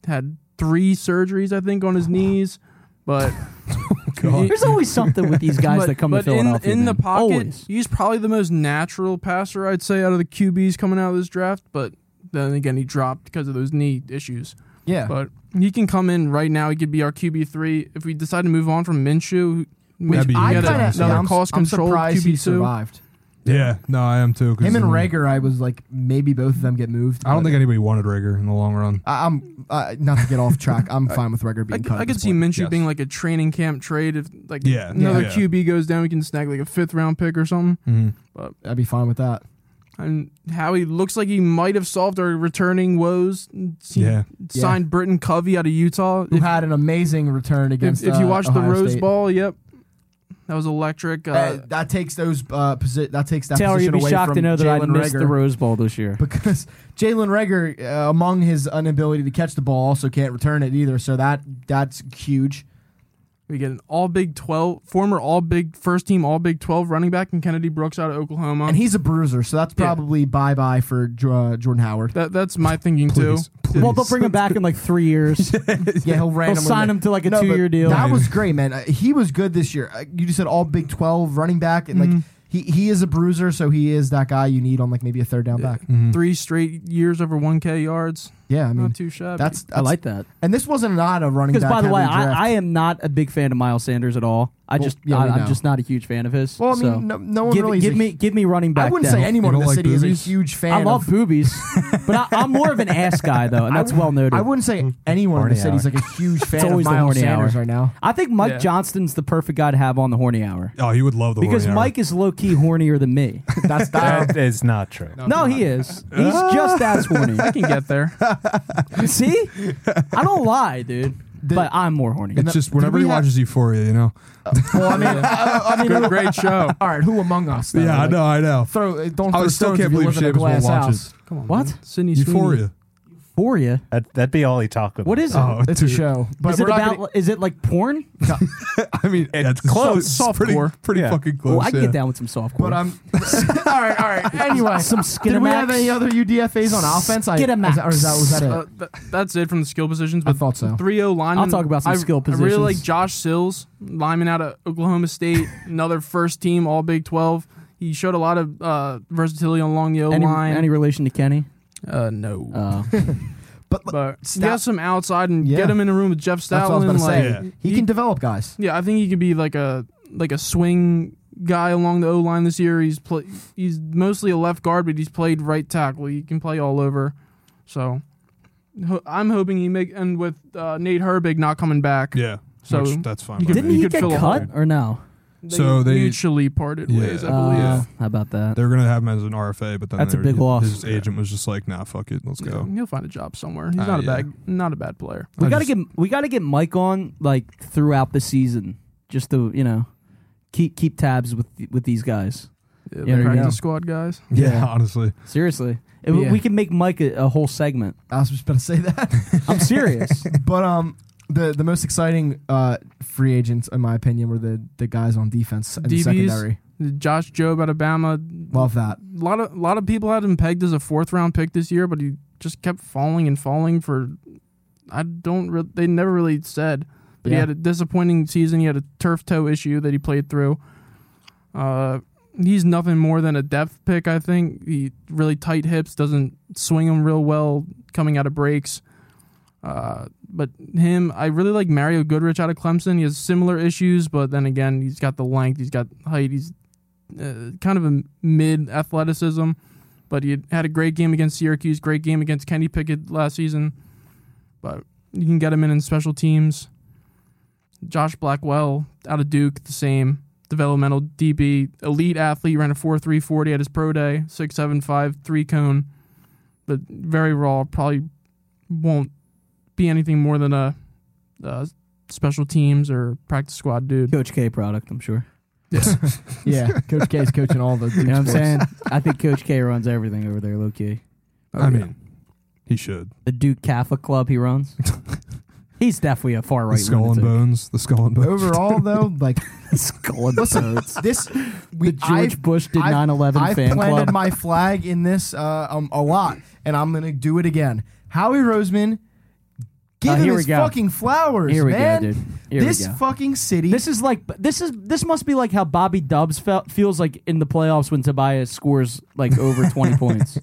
S5: had three surgeries I think on his knees, but.
S3: Oh, God.
S2: There's always something with these guys
S5: but,
S2: that come
S5: but
S2: to Philadelphia.
S5: In, in the
S2: man.
S5: pocket,
S2: Always.
S5: he's probably the most natural passer, I'd say, out of the QBs coming out of this draft. But then again, he dropped because of those knee issues.
S1: yeah,
S5: But he can come in right now. He could be our QB three if we decide to move on from Minshew. we
S3: That'd be
S1: I
S5: get
S1: kind of
S5: another
S1: I'm,
S5: cost
S1: I'm
S5: control
S1: surprised he
S5: QB two.
S1: survived.
S3: yeah, no, I am too. 'cause,
S1: Him and
S3: I mean,
S1: Rager, I was like maybe both of them get moved.
S3: I don't
S1: but
S3: think anybody wanted Rager in the long run.
S1: I, I'm uh, not to get off track. I'm fine with Rager
S5: I,
S1: being
S5: c-
S1: cut.
S5: I
S1: at
S5: could
S1: this
S5: see
S1: point.
S5: Minshew
S3: Yes.
S5: being like a training camp trade if like
S3: Yeah,
S5: another
S3: yeah.
S5: QB goes down, we can snag like a fifth round pick or something.
S3: Mhm.
S1: I'd be fine with that.
S5: And how he looks like he might have solved our returning woes. He
S3: Yeah.
S5: signed Britton Covey out of Utah.
S1: who
S5: If-
S1: had an amazing return
S5: If,
S1: against. uh,
S5: if you watch the Rose
S1: Bowl,
S5: Bowl, yep, that was electric. Uh,
S1: that takes those uh, posi- that takes that
S2: Taylor,
S1: position
S2: you'd be
S1: away
S2: shocked
S1: from
S2: to know that I
S1: Jalen
S2: missed the
S1: Reagor
S2: Rose Bowl this year.
S1: because Jalen Rager, uh, among his inability to catch the ball, also can't return it either. So that that's huge.
S5: we get an All Big Twelve, former All Big first team All Big Twelve running back, and Kennedy Brooks out of Oklahoma.
S1: And he's a bruiser, so that's
S5: Yeah.
S1: probably bye bye for Jo- uh, Jordan Howard.
S5: that, that's my thinking too.
S3: Please, please.
S2: Well, they'll bring him back in like three years.
S1: Yeah, he'll
S2: They'll
S1: randomly
S2: sign him to like a
S1: No, but
S2: two-year deal.
S1: That was great, man. Uh, he was good this year. Uh, you just said all Big Twelve running back, and
S5: Mm-hmm.
S2: Mm-hmm.
S1: like he he is a bruiser, so he is that guy you need on like maybe a third down back.
S3: Mm-hmm.
S5: Three straight years over one K yards,
S1: Yeah, I mean
S5: not too shabby.
S1: that's,
S2: I
S1: that's
S2: like that.
S1: And this wasn't not a running
S2: Because
S1: back.
S2: by the way,
S1: heavy draft.
S2: I, I am not a big fan of Miles Sanders at all. I
S1: Well,
S2: just
S1: yeah, we
S2: I,
S1: know.
S2: am just not a huge fan of his.
S1: Well, I mean,
S2: so.
S1: no, no one
S2: give,
S1: really. is
S2: give
S1: a-
S2: me give me running back.
S1: I wouldn't
S2: then.
S1: say anyone
S3: You
S1: in the
S3: don't like
S1: city
S3: boobies?
S1: is a huge fan.
S2: I love
S1: of,
S2: boobies, but I, I'm more of an ass guy though, and
S1: I
S2: that's
S1: wou-
S2: well noted.
S1: I wouldn't say anyone in
S4: Horny
S1: the city is like a huge fan of
S2: always the
S1: Miles
S2: horny
S1: Sanders
S2: hour.
S1: right now.
S2: I think Mike
S5: Yeah.
S2: Johnston's the perfect guy to have on the horny hour
S3: oh, he would love the
S2: because
S3: Warrior Hour.
S2: Mike is low key hornier than me.
S1: That's that.
S4: That is not true.
S2: no, he is. He's just as horny.
S5: I can get there.
S2: See, I don't lie, dude. but I'm more horny.
S3: It's just
S1: did
S3: whenever
S1: we
S3: he
S1: have-
S3: watches Euphoria, you know.
S1: well, I mean, I, I mean,
S5: Good, great show.
S1: all right. Who among us? Though?
S3: yeah, I
S1: Like,
S3: know, I know.
S1: Throw uh, don't
S3: I
S1: throw
S3: still
S1: stones if
S3: can't
S1: you
S3: believe
S1: live in a
S3: Seamus won't
S1: glass
S3: watch
S1: house.
S5: Come on,
S2: What?
S5: man. Sydney Sweeney.
S3: Euphoria.
S2: Euphoria.
S4: That, that'd be all he talked about.
S2: What is it?
S3: Oh,
S1: It's
S3: dude.
S1: a show, but
S2: is it
S1: we're not
S2: about? is it like porn?
S3: I mean, that's
S4: close.
S3: Soft, pretty,
S5: Softcore.
S3: pretty
S4: Yeah.
S3: fucking close.
S2: Oh, I can
S3: yeah.
S2: get down with some softcore.
S1: But I'm all right. All right. Anyway,
S2: Some
S1: did we have
S2: Skinamax?
S1: any other UDFA's on offense? I,
S2: Skinamax.
S1: is that- or is that was that it?
S5: Uh, th- that's it from the skill positions.
S1: I
S5: But
S1: thought so.
S5: Three O lineman.
S2: I'll talk about some
S5: I,
S2: skill
S5: I really like
S2: positions.
S5: Josh Sills, lineman out of Oklahoma State, another first team All Big Twelve. He showed a lot of uh, versatility along the O
S2: any,
S5: line.
S2: any relation to Kenny?
S5: uh, no,
S2: Uh,
S5: but he
S1: Stout-
S5: has some outside and
S1: Yeah.
S5: get him in a room with Jeff
S1: That's what I was
S5: Stoutland.
S1: about to
S5: like,
S1: say.
S3: Yeah.
S1: He, can develop guys.
S5: Yeah, I think he could be like a like a swing guy along the O line this year. He's play, he's mostly a left guard, but he's played right tackle. He can play all over. So ho- I'm hoping he make and with uh, Nate Herbig not coming back.
S3: Yeah.
S5: So,
S3: which, that's fine.
S5: you
S3: by
S5: could-
S2: didn't
S3: me.
S5: you
S2: he
S5: could
S2: get
S5: fill a
S2: cut or no?
S5: They
S3: So they-
S5: mutually parted
S3: Yeah.
S5: ways, I
S2: Uh,
S5: believe.
S2: How about that?
S3: They were gonna have him as an RFA, but then
S2: That's a
S3: they-
S2: big loss.
S3: His agent was just like, "Nah, fuck it, let's go."
S5: He'll find a job somewhere. He's
S3: Uh,
S5: not a
S3: yeah.
S5: bad not a bad player.
S2: We
S3: I
S2: gotta
S3: just-
S2: get we gotta get Mike on like throughout the season, just to you know keep keep tabs with with these guys.
S5: Yeah,
S2: there
S5: the
S2: you
S5: practice
S1: go.
S5: squad guys.
S3: Yeah,
S1: Yeah.
S3: honestly.
S2: Seriously, If
S5: Yeah.
S2: we can make Mike a, a whole segment.
S1: I was just about to say that.
S2: I'm serious.
S1: but um, the the most exciting uh free agents, in my opinion, were the the guys on defense and the
S5: DBs.
S1: secondary.
S5: Josh Job out of Bama.
S1: Love that.
S5: A lot of lot of people had him pegged as a fourth round pick this year, but he just kept falling and falling for. I don't. Re- they never really said, but he
S1: Yeah.
S5: had a disappointing season. He had a turf toe issue that he played through. Uh, he's nothing more than a depth pick. I think he really tight hips doesn't swing him real well coming out of breaks. Uh, but him, I really like Mario Goodrich out of Clemson. He has similar issues, but then again, he's got the length, he's got height, he's uh, kind of a mid athleticism. But he had a great game against Syracuse, great game against Kenny Pickett last season. But you can get him in in special teams. Josh Blackwell out of Duke, the same developmental DB, elite athlete, ran a four three forty at his pro day, six seven five three cone, but very raw. Probably won't be anything more than a, a special teams or practice squad dude.
S2: Coach K product, I'm sure.
S1: Yeah, Coach K is coaching all the.
S2: You know what I'm saying? I think Coach K runs everything over there, low key.
S3: I mean, he should.
S2: The Duke Catholic Club he runs. He's definitely a far right
S3: the skull and bones. The skull and bones.
S1: Overall, though, like
S2: Skull and bones.
S1: this, we
S2: the
S1: I've-
S2: George Bush did
S1: I've-
S2: 9/11
S1: I've
S2: fan
S1: planted
S2: club.
S1: my flag in this uh, um, a lot, and I'm gonna do it again. Howie Roseman, give
S2: Oh,
S1: him
S2: here we
S1: his
S2: go.
S1: fucking flowers,
S2: Here we
S1: man.
S2: go, dude. Here
S1: this
S2: we go.
S1: fucking city.
S2: This is like this is this must be like how Bobby Dubs felt, feels like in the playoffs when Tobias scores like over 20 points.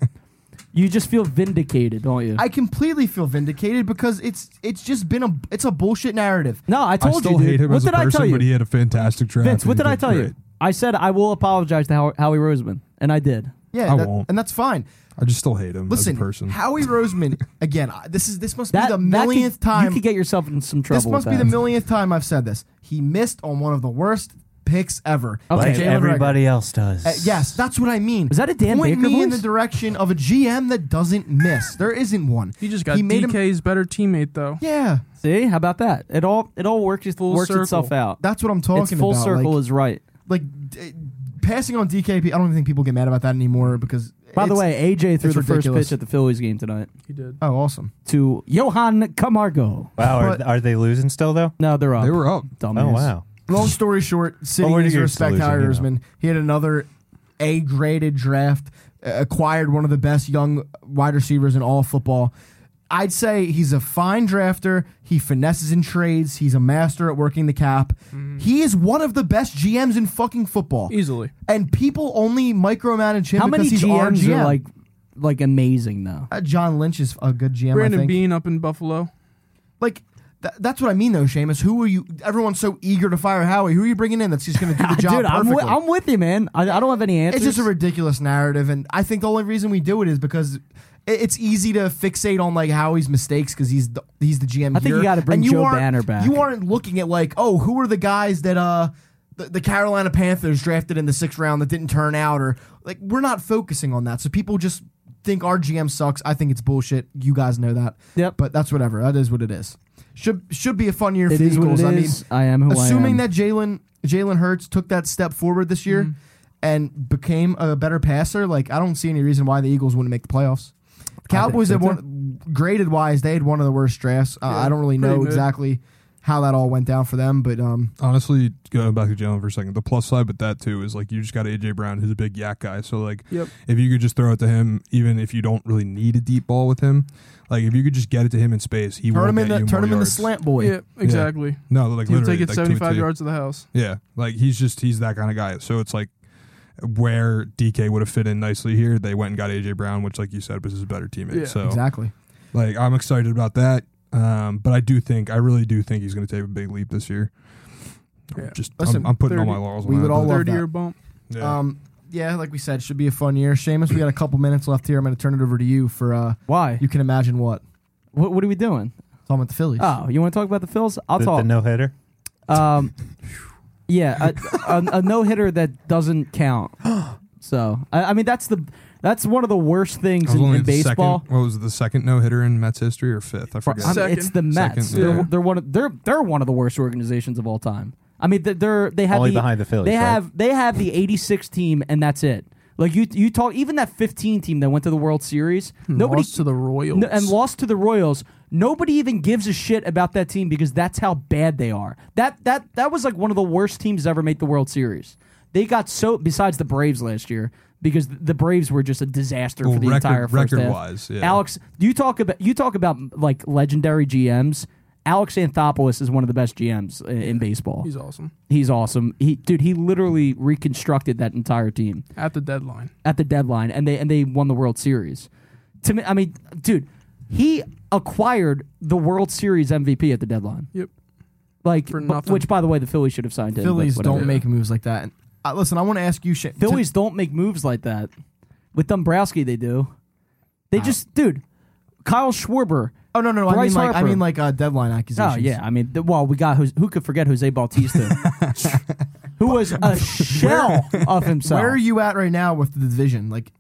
S2: You just feel vindicated, don't you?
S1: I completely feel vindicated because it's it's just been a it's a bullshit narrative.
S2: no, I told
S3: I still
S2: you, dude.
S3: hate him
S2: what
S3: as
S2: did
S3: a
S2: I tell
S3: person,
S2: you?
S3: but he had a fantastic draft.
S2: Vince,
S3: and
S2: what
S3: he
S2: did I
S3: looked
S2: tell
S3: great.
S2: you? I said I will apologize to How- Howie Roseman, and I did.
S1: Yeah,
S3: I
S1: that-
S3: won't.
S1: and that's fine.
S3: I just still hate him
S1: Listen,
S3: as a person.
S1: Howie Roseman again. I- This is this must
S2: That
S1: be the
S2: that could-
S1: millionth
S2: you
S1: time.
S2: could get yourself in some trouble.
S1: this must
S2: with
S1: be the
S2: that.
S1: millionth time I've said this. He missed on one of the worst picks ever.
S2: Okay.
S4: Like
S1: Jalen Rager.
S4: everybody else does.
S1: Uh, yes, that's what I mean.
S2: Is that a Dan
S1: Point
S2: Baker
S1: me in the
S2: voice?
S1: direction of a GM that doesn't miss. There isn't one.
S5: He just got
S1: made him-
S5: DK's better teammate though.
S1: yeah,
S2: See, how about that? It all it all works
S5: Full
S2: works
S5: circle.
S2: itself out.
S1: that's what I'm talking
S2: It's full
S1: about.
S2: circle
S1: Like,
S2: is right.
S1: like, d- passing on DKP. I don't even think people get mad about that anymore because.
S2: By the
S1: it's-
S2: way, AJ threw
S1: it's
S2: the
S1: ridiculous.
S2: first pitch at the Phillies game tonight
S5: He did.
S1: oh, awesome.
S2: to Johan Camargo.
S4: Wow, are,
S1: But-
S4: are they losing still though?
S2: No, they're up.
S3: they were up.
S2: Dumbass.
S4: Oh wow.
S1: Long story short, City
S4: Well, we're
S1: needs to
S4: here to
S1: respect
S4: lose it,
S1: Howie
S4: you know.
S1: Roseman. He had another A graded draft, uh, acquired one of the best young wide receivers in all of football. I'd say he's a fine drafter. He finesses in trades. He's a master at working the cap.
S5: Mm-hmm.
S1: He is one of the best GMs in fucking football.
S5: Easily.
S1: And people only micromanage him
S2: How
S1: because
S2: many
S1: he's our
S2: GMs
S1: GM.
S2: are like like amazing though?
S1: Uh, John Lynch is a good GM. I
S5: Brandon
S1: think.
S5: Bean up in Buffalo.
S1: Like th- that's what I mean though, Seamus. Who are you? Everyone's so eager to fire Howie. Who are you bringing in that's just going to do the job?
S2: Dude, I'm, wi-
S1: perfectly?
S2: I'm with you, man. I, I don't have any answers.
S1: It's just a ridiculous narrative, and I think the only reason we do it is because it- it's easy to fixate on like Howie's mistakes because he's the, he's the GM.
S2: I think you
S1: here,
S2: gotta bring
S1: and you
S2: Joe
S1: aren't-
S2: Banner back.
S1: You aren't looking at like, oh, who are the guys that uh the, the Carolina Panthers drafted in the sixth round that didn't turn out, or like we're not focusing on that. So people just think our GM sucks. I think it's bullshit. You guys know that.
S2: Yep.
S1: But that's whatever. That is what it is. Should should be a fun year
S2: it
S1: for the
S2: is what
S1: Eagles.
S2: it
S1: I mean,
S2: is. I am who
S1: assuming
S2: I
S1: that
S2: am. Mm-hmm.
S1: Jalen Jalen Hurts took that step forward this year and became a better passer, like I don't see any reason why the Eagles wouldn't make the playoffs. The Cowboys
S2: so,
S1: have won graded wise, they had one of the worst drafts. Uh, I don't really
S5: pretty
S1: know
S5: mid.
S1: exactly how that all went down for them, but um,
S3: Honestly, going back to Jalen for a second, the plus side with that too is like you just got AJ Brown, who's a big yak guy. So like,
S1: Yep.
S3: if you could just throw it to him, even if you don't really need a deep ball with him, like if you could just get it to him in space, he
S1: turn
S3: will
S1: him
S3: get
S1: into
S3: you
S1: turn
S3: more
S1: him into
S3: yards.
S1: slant boy.
S5: Yeah, exactly.
S3: No, like
S5: He'll
S3: literally
S5: take it
S3: like two and
S5: 75
S3: two.
S5: yards to the house.
S3: Yeah, like he's just he's that kind of guy. So it's like where DK would have fit in nicely here, they went and got AJ Brown, which like you said was his better teammate.
S5: Yeah,
S3: so
S1: Exactly.
S3: like I'm excited about that. Um, but I do think I really do think he's going to take a big leap this year. I'm
S5: Yeah.
S3: Just
S1: Listen,
S3: I'm, I'm putting all
S5: 30
S3: my laurels.
S1: we
S3: on
S1: would
S3: that,
S1: all
S3: but-
S1: love
S5: 30
S1: that.
S5: year bump.
S3: yeah.
S1: Um, yeah, like we said, should be a fun year. Seamus, we got a couple minutes left here. I'm going to turn it over to you for uh,
S2: Why?
S1: you can imagine what.
S2: what, what are we doing?
S1: It's all about the Phillies.
S2: Oh, you want to talk about the Phils? I'll
S4: the,
S2: talk.
S4: the no hitter.
S2: Um, yeah, a, a, a no hitter that doesn't count. So I, I mean, that's the that's one of the worst
S3: I
S2: things
S3: was
S2: in,
S3: only
S2: in
S3: the
S2: baseball.
S3: Second, what was it, the second no hitter in Mets history or fifth? I forget.
S2: I'm-
S5: Second.
S2: it's the Mets.
S3: Second,
S2: they're,
S3: yeah.
S2: they're one. Of, they're they're one of the worst organizations of all time. I mean, they're, they're they have
S4: Only
S2: the,
S4: behind the Phillies,
S2: They
S4: right?
S2: have they have the '86 team, and that's it. Like you you talk even that 15 team that went to the World Series. Nobody
S5: Hmm. Lost to the Royals.
S2: No- and lost to the Royals. Nobody even gives a shit about that team because that's how bad they are. That that that was like one of the worst teams to ever make the World Series. They got so besides the Braves last year because th- the Braves were just a disaster
S3: Well,
S2: for the
S3: record-
S2: entire first half.
S3: record-wise, yeah.
S2: Alex, you talk about you talk about like legendary GMs. Alex Anthopoulos is one of the best GMs i- in baseball.
S5: He's awesome.
S2: He's awesome. He dude, he literally reconstructed that entire team
S5: At the deadline.
S2: at the deadline, and they and they won the World Series. To me, I mean, dude, he acquired the World Series MVP at the deadline.
S5: Yep.
S2: Like,
S5: For
S2: bu-
S5: nothing.
S2: which by the way, the Phillies should have signed him. but
S1: Phillies
S2: whatever.
S1: don't make moves like that. And, uh, listen, I want to ask you, Sh-
S2: Phillies don't make moves like that. With Dombrowski, they do. They
S1: Ah.
S2: just, dude, Kyle Schwarber.
S1: oh no, no, no I mean
S2: Bryce
S1: like I
S2: Harper.
S1: mean like uh, deadline accusations.
S2: Oh yeah, I mean, th- well, we got Jos- who could forget Jose Bautista, who was a shell of himself.
S1: Where are you at right now with the division? Like,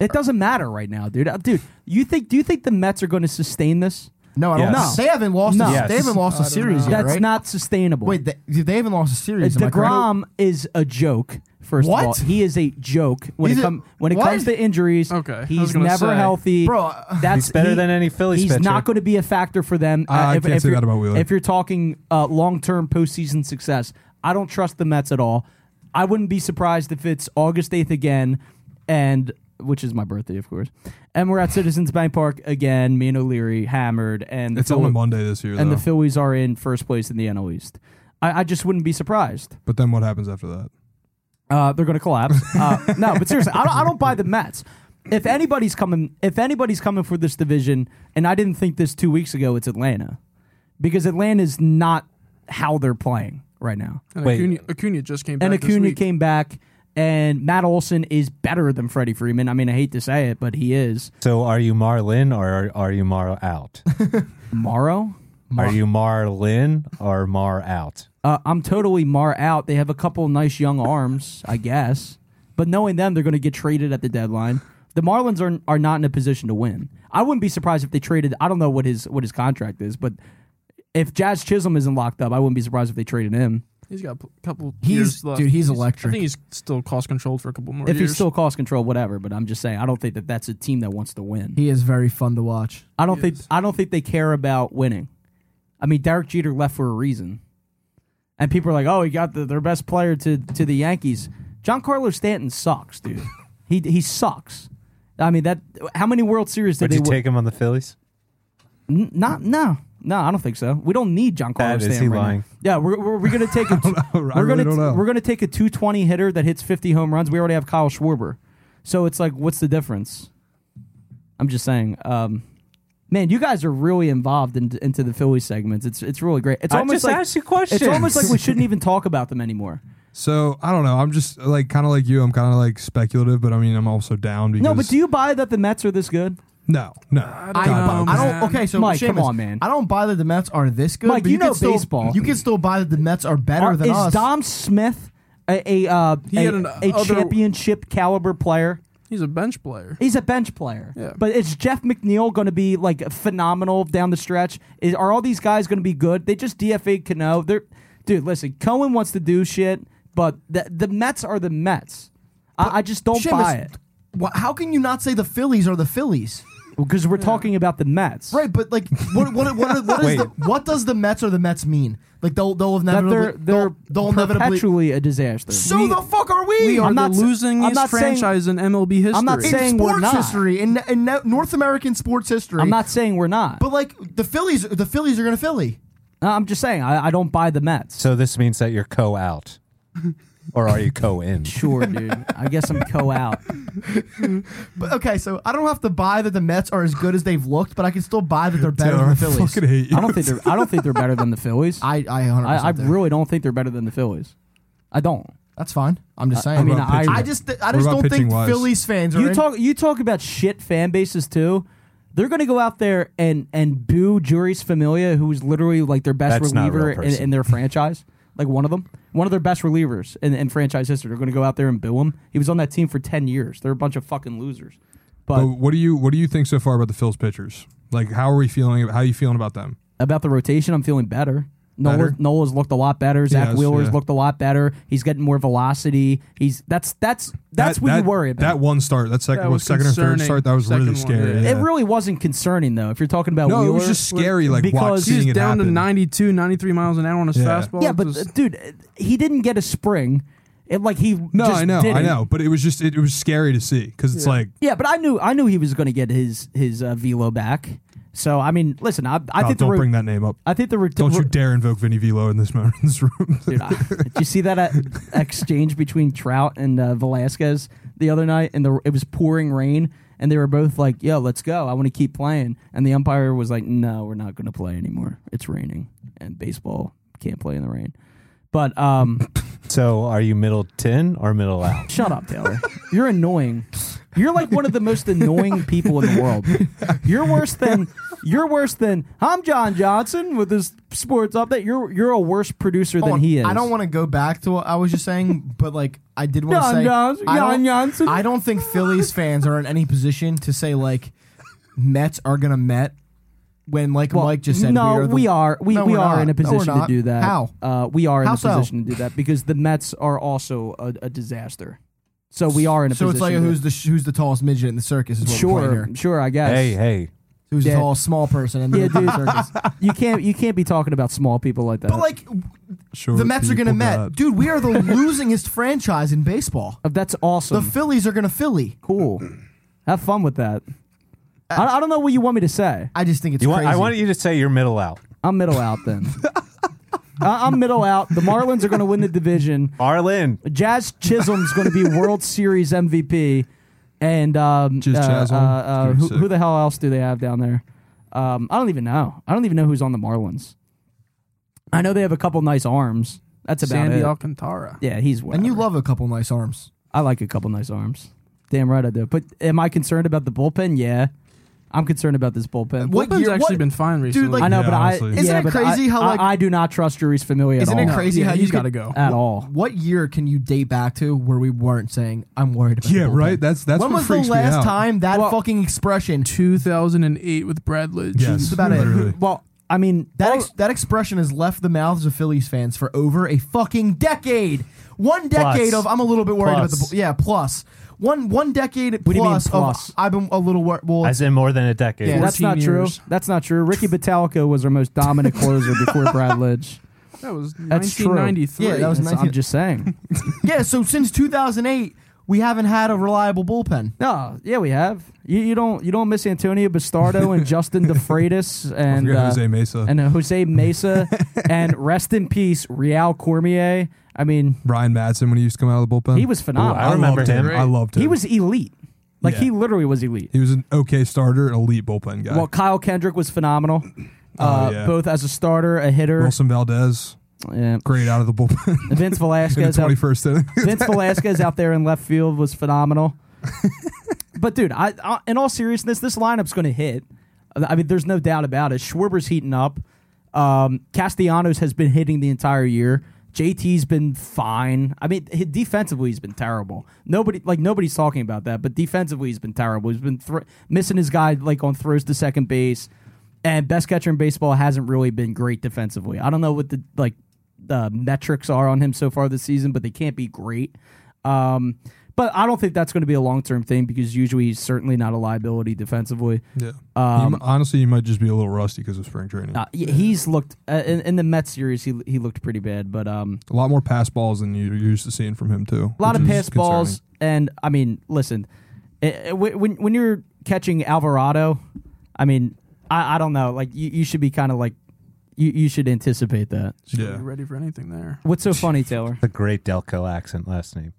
S2: It doesn't matter right now, dude. Uh, Dude, you think? Do you think the Mets are going to sustain this?
S1: no, I don't.
S4: Yes.
S1: They haven't lost.
S2: No.
S1: A,
S4: Yes.
S1: They haven't lost a series yet,
S2: That's
S1: right?
S2: not sustainable. Uh,
S1: Wait, they, they haven't lost a series. am I correct?
S2: Degrom is a joke. First
S1: What?
S2: of all, he is a joke when
S1: He's
S2: it
S1: a-
S2: comes when it
S1: what?
S2: comes to injuries.
S5: Okay, I was
S2: he's
S5: gonna
S2: never
S5: say.
S2: healthy,
S1: Bro, uh,
S2: That's
S4: He's better
S2: he-
S4: than any Phillies
S2: He's
S4: pitcher.
S2: not going to be a factor for them.
S1: Ah,
S3: I- I can't say
S2: you're-
S3: that about Wheeler.
S2: If you're talking uh, long term postseason success, I don't trust the Mets at all. I wouldn't be surprised if it's August eighth again, and which is my birthday, of course. And we're at Citizens Bank Park again. Me and O'Leary hammered, and the
S3: it's on
S2: Philly-
S3: a Monday this year,
S2: and
S3: though.
S2: the Phillies are in first place in the NL East. I, I just wouldn't be surprised.
S3: but then what happens after that?
S2: Uh, they're going to collapse. Uh, no, but seriously, I don't, I don't buy the Mets. If anybody's coming, if anybody's coming for this division, and I didn't think this two weeks ago, it's Atlanta, because Atlanta's not how they're playing right now.
S5: And
S4: Wait.
S5: Acuna, Acuna just came back.
S2: And
S5: this
S2: Acuna
S5: week.
S2: came back, and Matt Olson is better than Freddie Freeman. I mean, I hate to say it, but he is.
S4: So are you Marlin or are, are you Mar out?
S2: Morrow,
S4: are you Marlin or Mar out?
S2: uh, I'm totally Mar out. They have a couple nice young arms, I guess. But knowing them, they're going to get traded at the deadline. The Marlins are are not in a position to win. I wouldn't be surprised if they traded. I don't know what his what his contract is, but if Jazz Chisholm isn't locked up, I wouldn't be surprised if they traded him.
S5: He's got a p- couple
S1: He's-
S5: years left.
S1: dude, he's electric.
S5: I think he's still cost controlled for a couple more
S2: If
S5: years.
S2: he's still cost control, whatever. But I'm just saying, I don't think that that's a team that wants to win.
S1: He is very fun to watch.
S2: I don't
S5: He
S2: think
S5: is.
S2: I don't think they care about winning. I mean, Derek Jeter left for a reason, and people are like, "Oh, he got the, their best player to to the Yankees." John Carlos Stanton sucks, dude. he he sucks. I mean, that how many World Series did
S4: Would
S2: they
S4: you
S2: win?
S4: take him on the Phillies?
S2: N- not no. No, I don't think so. We don't need John
S4: That-
S2: Carlos.
S4: is
S2: Stanton
S4: he
S2: right now.
S4: lying?
S2: Yeah, we're, we're, we're gonna take a t-
S3: know. I
S2: we're
S3: really
S2: gonna
S3: don't know.
S2: we're gonna take a two twenty hitter that hits fifty home runs. We already have Kyle Schwarber, so it's like, what's the difference? I'm just saying, um, man, you guys are really involved in, into the Philly segments. It's it's really great. It's
S4: I
S2: almost
S4: just
S2: like
S4: asked you questions.
S2: it's almost like we shouldn't even talk about them anymore.
S3: So I don't know. I'm just like kind of like you. I'm kind of like speculative, but I mean, I'm also down because
S2: No, but do you buy that the Mets are this good?
S3: No, no.
S5: I
S3: God,
S5: know,
S3: Bob.
S5: man.
S1: I don't. Okay, so
S2: Mike, come
S1: Seamus,
S2: on, man.
S1: I don't buy that the Mets are this good.
S2: Mike,
S1: but
S2: you
S1: you, can
S2: know
S1: still,
S2: baseball.
S1: You can still buy that the Mets are better
S2: Are-
S1: than
S2: is
S1: us.
S2: Dom Smith a a, uh, a,
S5: had an
S2: a
S5: other-
S2: championship caliber player?
S5: he's a bench player.
S2: He's a bench player.
S5: Yeah.
S2: But is Jeff McNeil going to be like phenomenal down the stretch? Is, are all these guys going to be good? They just DFA'd Cano. They're, dude, listen, Cohen wants to do shit, but the, the Mets are the Mets. I, I just don't
S1: Seamus,
S2: buy it.
S1: wha- how can you not say the Phillies are the Phillies?
S2: because we're talking about the Mets,
S1: Right, but like, what what what, what is
S4: Wait.
S1: the, what does the Mets or the Mets mean? Like they'll they'll
S2: That
S1: inevitably
S2: they're they're
S1: they'll, they'll inevitably.
S2: perpetually a disaster.
S1: So
S5: We-
S1: the fuck are we?
S5: We are
S2: I'm not
S5: the
S2: sa-
S5: losing
S2: I'm
S5: this
S2: not saying-
S5: franchise in MLB history.
S2: I'm not
S1: in
S2: saying we're
S1: sports
S2: not.
S1: history in in no- North American sports history.
S2: I'm not saying we're not.
S1: But like the Phillies, the Phillies are gonna Philly.
S2: No, I'm just saying I, I don't buy the Mets.
S4: So this means that you're co out, or are you co in?
S2: sure, dude. I guess I'm co out.
S1: But okay, so I don't have to buy that the Mets are as good as they've looked, but I can still buy that they're better than
S3: I
S1: the Phillies.
S3: fucking hate you.
S2: I don't think they're I don't think they're better than the Phillies. I
S1: I I 100
S2: I, really don't think they're better than the Phillies. I don't.
S1: That's fine. I'm just saying.
S2: I mean,
S3: What about
S2: I,
S3: pitching?
S1: I just I just
S3: about
S1: don't think
S3: pitching-wise?
S1: Phillies fans are.
S2: you
S1: in-
S2: talk you talk about shit fan bases too. They're going to go out there and and boo Juris Familia, who's literally like their best
S4: That's not a real
S2: reliever in,
S4: person.
S2: in their franchise. Like one of them, one of their best relievers in, in franchise history. They're going to go out there and boo him. He was on that team for ten years. They're a bunch of fucking losers.
S3: But
S2: But
S3: what do you what do you think so far about the Phil's pitchers? Like, how are we feeling? How are you feeling about them?
S2: about the rotation, I'm feeling better. Nola,
S3: Better?
S2: Nola's looked a lot better. Zach
S3: Yes,
S2: Wheeler's
S3: yeah.
S2: looked a lot better. He's getting more velocity. He's that's that's that's
S3: That-
S2: what
S3: that,
S2: you worry about.
S3: That one start, that second
S5: That
S3: one,
S5: was
S3: second or third
S5: concerning.
S3: start, that was
S5: Second
S3: really
S5: one,
S3: scary.
S5: yeah.
S3: yeah.
S2: it really wasn't concerning though. If you're talking about
S3: no, it
S2: Wheeler,
S3: was just scary. Like
S2: because-
S3: watching
S5: He's
S3: it
S5: down to
S3: happen.
S5: 92, 93 miles an hour on his
S3: Yeah.
S5: fastball.
S2: yeah, but
S5: Just-
S2: uh, dude, uh, he didn't get a spring. It like he
S3: No,
S2: just
S3: I know,
S2: didn't.
S3: I know, but it was just it, it was scary to see because it's like
S2: Yeah, but I knew I knew he was going to get his his uh, velo back. So I mean, listen, I, I
S3: oh,
S2: think the
S3: don't
S2: ro-
S3: bring that name up.
S2: I think the ro-
S3: Don't you
S2: ro-
S3: dare invoke Vinny Velo in this moment in this room.
S2: Dude, I, did you see that uh, exchange between Trout and uh, Velasquez the other night? And the, it was pouring rain, and they were both like, "Yo, let's go! I want to keep playing." And the umpire was like, "No, we're not going to play anymore. It's raining, and baseball can't play in the rain." But um,
S4: So are you middle tin or middle out?
S2: shut up, Taylor. You're annoying. You're like one of the most annoying people in the world. You're worse than you're worse than I'm John Johnson with his sports update. You're you're a worse producer than
S1: Hold on.
S2: he is.
S1: Oh, I don't want to go back to what I was just saying, but like I did want to
S2: Jan
S1: say,
S2: Johnson,
S1: I, don't,
S2: Jan Johnson.
S1: I don't think Phillies fans are in any position to say like Mets are gonna Met when like
S2: Well,
S1: Mike just said.
S2: No,
S1: we are. The,
S2: are. We,
S1: No,
S2: we
S1: we're
S2: are
S1: not.
S2: in a
S1: No, we're
S2: position to
S1: not.
S2: do that.
S1: How?
S2: Uh, we are in
S1: How
S2: a
S1: so?
S2: position to do that because the Mets are also a, a disaster. So we are in a
S1: So it's
S2: position.
S1: like
S2: to-
S1: who's the sh- who's the tallest midget in the circus? Is what we're playing
S2: sure,
S1: here.
S2: sure. I guess.
S4: Hey, hey.
S1: Who's
S2: Yeah.
S1: the tallest small person in the
S2: Yeah, dude.
S1: circus?
S2: You can't. You can't be talking about small people like that.
S1: But like
S3: Sure,
S1: the Mets are gonna
S3: people
S1: Met,
S3: got-
S1: dude. We are the losingest franchise in baseball.
S2: Uh, that's
S1: The
S2: awesome.
S1: Phillies are gonna Philly.
S2: cool. Have fun with that. I, I don't know what you want me to say.
S1: I just think it's
S4: You want,
S1: crazy.
S4: I want you to say you're middle out.
S2: I'm middle out then. I, I'm middle out. The Marlins are going to win the division.
S4: Arlen.
S2: Jazz Chisholm's going to be World Series MVP, and um,
S3: Jazz
S2: uh,
S3: Chisholm?
S2: uh, uh,
S3: Dude,
S2: who,
S3: sick.
S2: who the hell else do they have down there? Um, I don't even know. I don't even know who's on the Marlins. I know they have a couple nice arms. That's about
S5: Sandy
S2: it.
S5: Alcantara.
S2: yeah, he's whatever.
S1: and you love a couple nice arms.
S2: I like a couple nice arms. Damn right I do. But am I concerned about the bullpen? Yeah, I'm concerned about this bullpen.
S1: What
S5: Bullpen's
S1: year-
S5: actually
S1: what-
S5: been fine recently.
S1: like-
S2: I know,
S3: Yeah,
S2: but
S3: honestly.
S2: I
S1: Isn't
S2: yeah,
S1: it
S2: but
S1: crazy
S2: I,
S1: how,
S2: I-
S1: like-
S2: I, do not trust Juris Familia at
S1: Isn't it
S2: all.
S1: crazy
S5: Oh, Yeah,
S1: how you
S5: he's
S1: could-
S5: gotta go.
S2: at all.
S1: What year can you date back to where we weren't saying I'm worried about?
S3: Yeah,
S1: the bullpen"?
S3: right. That's that's
S1: when
S3: what
S1: was the
S3: freaks me
S1: last
S3: out.
S1: time that
S2: Well-
S1: fucking expression?
S5: 2008 with Brad Lidge.
S3: Yes,
S1: about it.
S3: literally.
S2: Well, I mean oh,
S1: That
S2: all-
S1: ex- that expression has left the mouths of Phillies fans for over a fucking decade. One decade
S4: Plus.
S1: of I'm a little bit worried about
S4: Plus.
S1: the bu- yeah plus one one decade
S2: do you mean
S1: plus,
S2: plus?
S1: of I've been a little wor- well
S4: As in more than a decade.
S1: Yeah.
S2: that's not
S5: 14
S2: true.
S5: years.
S2: That's not true. Ricky Batalico was our most dominant closer before Brad Lidge.
S5: That was
S2: That's true.
S5: 1993.
S1: Yeah, that was-
S2: That's-
S1: 19
S2: I'm just saying.
S1: yeah so since 2008 we haven't had a reliable bullpen.
S2: No, yeah, we have. You, you don't you don't miss Antonio Bastardo and Justin DeFreitas
S3: I
S2: and
S3: forget
S2: uh,
S3: Jose Mesa,
S2: and uh, Jose Mesa and rest in peace Real Cormier. I mean,
S3: Ryan Madsen when he used to come out of the bullpen.
S2: he was phenomenal.
S4: I remember
S3: loved
S4: him.
S3: I loved him.
S2: he was elite. Like
S3: Yeah.
S2: he literally was elite.
S3: he was an okay starter, an elite bullpen guy.
S2: Well, Kyle Kendrick was phenomenal, uh,
S3: Oh, yeah.
S2: both as a starter, a hitter.
S3: Wilson Valdez,
S2: Yeah.
S3: great out of the bullpen
S2: Vince
S3: in the
S2: Velasquez, out,
S3: twenty first inning.
S2: Vince Velasquez out there in left field was phenomenal. but dude, I, I in all seriousness, this lineup's going to hit. I mean, there's no doubt about it. Schwarber's heating up. Um, Castellanos has been hitting the entire year. JT's been fine. I mean, he- defensively he's been terrible. Nobody like nobody's talking about that, but defensively he's been terrible. He's been thr missing his guy like on throws to second base, and best catcher in baseball hasn't really been great defensively. I don't know what the like the metrics are on him so far this season, but they can't be great. Um, But I don't think that's going to be a long term thing because usually he's certainly not a liability defensively.
S3: Yeah.
S2: Um,
S3: You m- honestly, you might just be a little rusty because of spring training.
S2: Uh, y- he's looked uh, in, in the Mets series. He he looked pretty bad, but um,
S3: a lot more pass balls than you- you're used to seeing from him too.
S2: a lot of
S3: which is
S2: pass balls.
S3: concerning.
S2: And I mean, listen, eh, eh, wh- when when you're catching Alvarado, I mean, I, I don't know. Like you, you should be kind of like you, you should anticipate that.
S3: Yeah.
S5: Be ready for anything there.
S2: What's so funny, Taylor?
S4: The great Delco accent last name.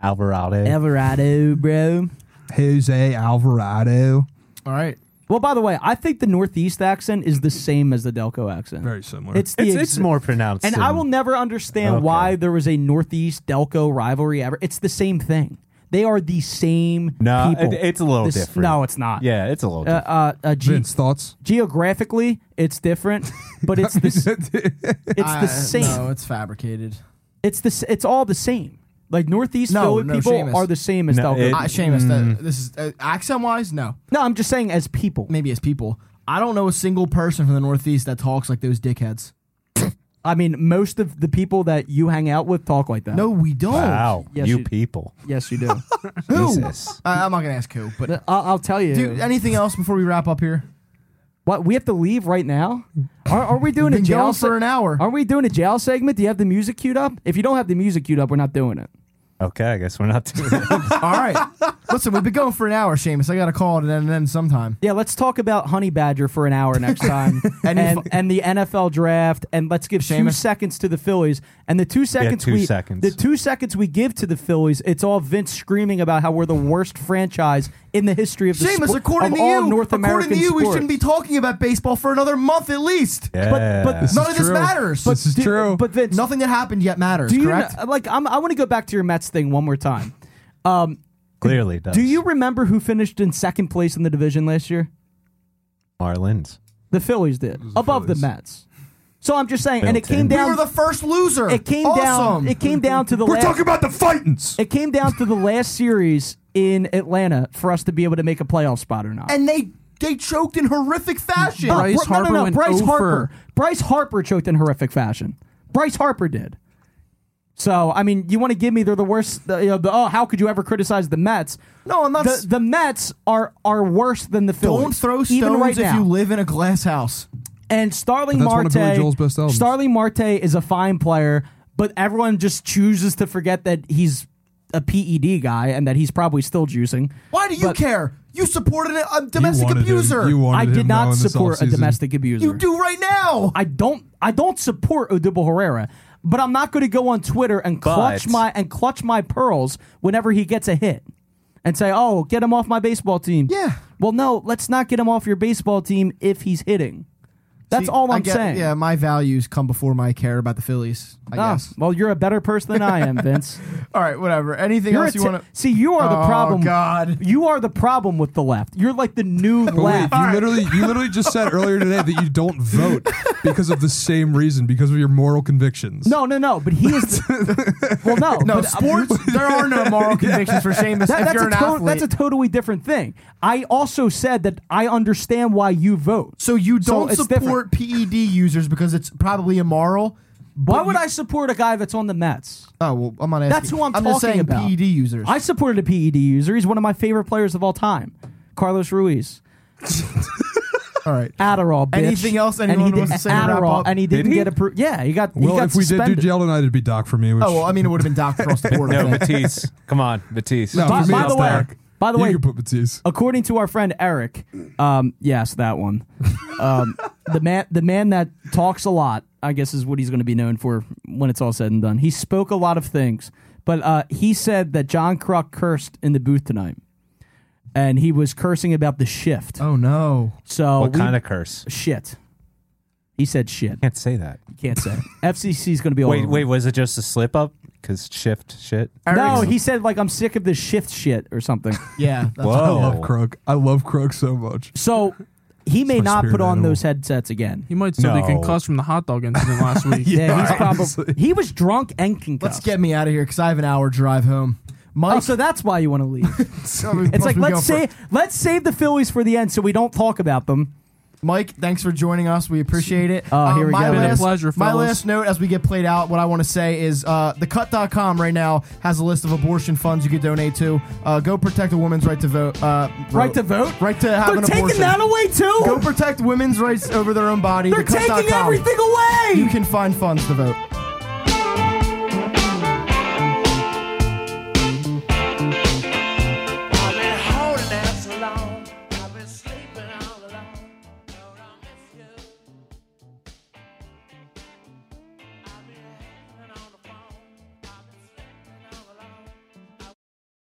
S4: Alvarado.
S2: Alvarado, bro.
S3: Jose Alvarado.
S5: All right.
S2: Well, by the way, I think the Northeast accent is the same as the Delco accent.
S3: Very similar.
S2: It's the
S4: it's,
S2: ex-
S4: it's more pronounced.
S2: And
S4: than-
S2: I will never understand
S4: Okay.
S2: why there was a Northeast Delco rivalry ever. It's the same thing. They are the same
S4: No,
S2: people.
S4: it- it's a little
S2: This-
S4: different.
S2: No, it's not.
S4: Yeah, it's a little.
S2: Uh,
S4: different.
S2: uh, uh, ge-
S3: Vince thoughts.
S2: geographically, it's different, but it's the, s- it's
S1: I-
S2: the same.
S1: No, it's fabricated.
S2: It's the s- it's all the same. Like Northeast
S1: No,
S2: Philly
S1: no,
S2: people
S1: Seamus.
S2: are the same as
S4: No,
S2: Delco.
S4: it-
S2: I-
S1: I, Seamus,
S2: Mm.
S1: that, this is uh, accent wise. No,
S2: no, I'm just saying as people.
S1: maybe as people, I don't know a single person from the Northeast that talks like those dickheads.
S2: I mean, most of the people that you hang out with talk like that.
S1: No, we don't.
S4: wow,
S2: oh. yes,
S4: you
S2: you-
S4: people.
S2: Yes, you do.
S1: Who?
S4: Jesus.
S1: I, I'm not gonna ask who, but
S2: I'll, I'll tell you.
S1: dude, anything else before we wrap up here?
S2: what we have to leave right now? Are, are we doing a
S1: Been
S2: jail
S1: going
S2: se-
S1: for an hour.
S2: Aren't we doing a jail segment? Do you have the music queued up? If you don't have the music queued up, we're not doing it.
S4: Okay, I guess we're not doing that.
S1: All right, listen, we've been going for an hour, Seamus. I gotta call it and then sometime.
S2: Yeah, let's talk about Honey Badger for an hour next time, and,
S1: And if-
S2: and the NFL draft, and let's give two
S1: Seamus?
S2: seconds to the Phillies. And the two seconds
S4: two
S2: we
S4: seconds.
S2: the two seconds we give to the Phillies, it's all Vince screaming about how we're the worst franchise in the history of the
S1: Seamus,
S2: spo-
S1: according
S2: of
S1: to
S2: all
S1: you,
S2: North
S1: according
S2: American
S1: to you, we
S2: sports.
S1: shouldn't be talking about baseball for another month at least.
S4: Yeah.
S2: but this
S1: None of this
S3: true.
S1: matters.
S3: This is
S2: Do-
S3: true.
S2: But Vince,
S1: Nothing that happened yet matters.
S2: do you
S1: correct?
S2: kn- like? I'm, I want to go back to your Mets thing one more time. Um,
S4: clearly it does.
S2: do you remember who finished in second place in the division last year?
S4: Marlins?
S2: The Phillies did above
S3: Phillies.
S2: the Mets. So I'm just saying, and it
S4: Built
S2: came
S4: in.
S1: we
S2: down.
S1: were the first loser.
S2: it came
S1: awesome.
S2: down. It came down to the.
S3: We're
S2: last,
S3: talking about the Fightins.
S2: It came down to the last series in Atlanta for us to be able to make a playoff spot or not.
S1: and they they choked in horrific fashion.
S2: But-
S5: Bryce
S2: no, no,
S5: Harper
S2: no,
S5: went
S2: Bryce
S5: over.
S2: Harper. Bryce Harper choked in horrific fashion. Bryce Harper did. So I mean, you want to give me they're the worst. The, you know, the, oh, how could you ever criticize the Mets?
S1: No, I'm not
S2: The,
S1: s-
S2: the Mets are are worse than the Phillies.
S1: Don't throw
S2: even
S1: stones
S2: right
S1: if
S2: now.
S1: you live in a glass house.
S2: And Starling
S3: But that's one
S2: Marte,
S3: of Billy Joel's best albums.
S2: Starling Marte is a fine player, but everyone just chooses to forget that he's a PED guy and that he's probably still juicing.
S1: Why do you
S2: But-
S1: care? You supported a, a domestic abuser.
S3: Him. You wanted
S2: I
S3: him
S2: did
S3: now
S2: not
S3: in this
S2: support a
S3: offseason.
S2: domestic abuser.
S1: You do right now.
S2: I don't. I don't support Odubel Herrera, but I'm not going to go on Twitter and clutch
S4: But-
S2: my and clutch my pearls whenever he gets a hit and say, "Oh, get him off my baseball team."
S1: Yeah.
S2: Well, no, let's not get him off your baseball team if he's hitting. That's all
S1: I
S2: I'm
S1: get-
S2: saying.
S1: Yeah, my values come before my care about the Phillies. I
S2: Ah,
S1: guess.
S2: Well, you're a better person than I am, Vince.
S1: All right, whatever. Anything
S2: You're
S1: else
S2: a
S1: you
S2: t-
S1: want to?
S2: See, you are the
S1: Oh,
S2: problem.
S1: God.
S2: You are the problem with the left. You're like the new
S3: But wait,
S2: left.
S3: you literally you literally just said earlier today that you don't vote because of the same reason, because of your moral convictions.
S2: no, no, no. But he is. The, well, no.
S1: No
S2: but, uh,
S1: sports. there are no moral convictions for Seamus
S2: That-
S1: if
S2: that's,
S1: you're
S2: a
S1: an
S2: to-
S1: athlete.
S2: that's a totally different thing. I also said that I understand why you vote.
S1: so you
S2: So
S1: don't
S2: it's
S1: support PED users because it's probably immoral.
S2: Why would I support a guy that's on the Mets?
S1: Oh well, I'm not asking.
S2: That's who I'm,
S1: I'm
S2: talking
S1: just saying
S2: about.
S1: PED users.
S2: I supported a PED user. He's one of my favorite players of all time, Carlos Ruiz.
S1: All right.
S2: Adderall. Bitch.
S1: Anything else anyone
S2: and he
S1: wants
S2: did,
S1: to say to wrap
S2: Adderall,
S1: up?
S2: and he
S4: Did
S2: didn't
S4: he?
S2: get approved. Yeah, he got. he
S3: Well,
S2: got
S3: if we did do
S2: suspended.
S3: jail tonight, it'd be Doc for me. Which
S1: Oh well, I mean, it would have been Doc across the board. I
S4: No,
S1: think.
S4: Matisse. Come on, Matisse.
S3: No,
S2: by,
S3: Uh, for me,
S2: by
S3: it's
S2: the way,
S3: Derek.
S2: by the
S3: you
S2: way,
S3: could put Matisse.
S2: according to our friend Eric, um, yes, that one, um, the man, the man that talks a lot, I guess, is what he's going to be known for when it's all said and done. He spoke a lot of things, but uh, he said that John Kruk cursed in the booth tonight, and he was cursing about the shift.
S1: Oh no.
S2: So
S4: What
S2: we-
S4: kind of curse?
S2: shit? He said shit.
S4: Can't say that.
S2: Can't say. FCC is going to be all
S4: Wait,
S2: over
S4: wait.
S2: him.
S4: Was it just a slip up? Because shift shit.
S2: No,
S1: Eric's-
S2: he said like I'm sick of this shift shit or something.
S1: Yeah. That's
S3: I
S4: Whoa.
S3: love Croak. I love Croak so much.
S2: So he may
S3: my
S2: not
S3: spirit
S2: put on
S3: animal.
S2: those headsets again.
S5: He might still be
S4: No.
S5: concussed from the hot dog incident last week.
S2: Yeah, he's
S3: Obviously.
S2: probably he was drunk and concussed.
S1: Let's get me out of here because I have an hour drive home. Mike,
S2: Oh, so that's why you want to leave. it's like let's
S1: say
S2: save let's save the Phillies for the end, so we don't talk about them.
S1: Mike, thanks for joining us. We appreciate it. Uh,
S2: Oh, here we
S1: my
S2: go. Been a
S1: last-
S5: pleasure,
S1: My
S5: fellas.
S1: last note as we get played out, what I want to say is uh, thecut.com right now has a list of abortion funds you could donate to. Uh, go protect a woman's right to vote. Uh,
S2: Right to vote?
S1: Right to have
S2: They're
S1: an
S2: taking
S1: abortion.
S2: that away too.
S1: Go protect women's rights over their own body.
S2: They're
S1: thecut.com.
S2: taking everything away.
S1: You can find funds to vote.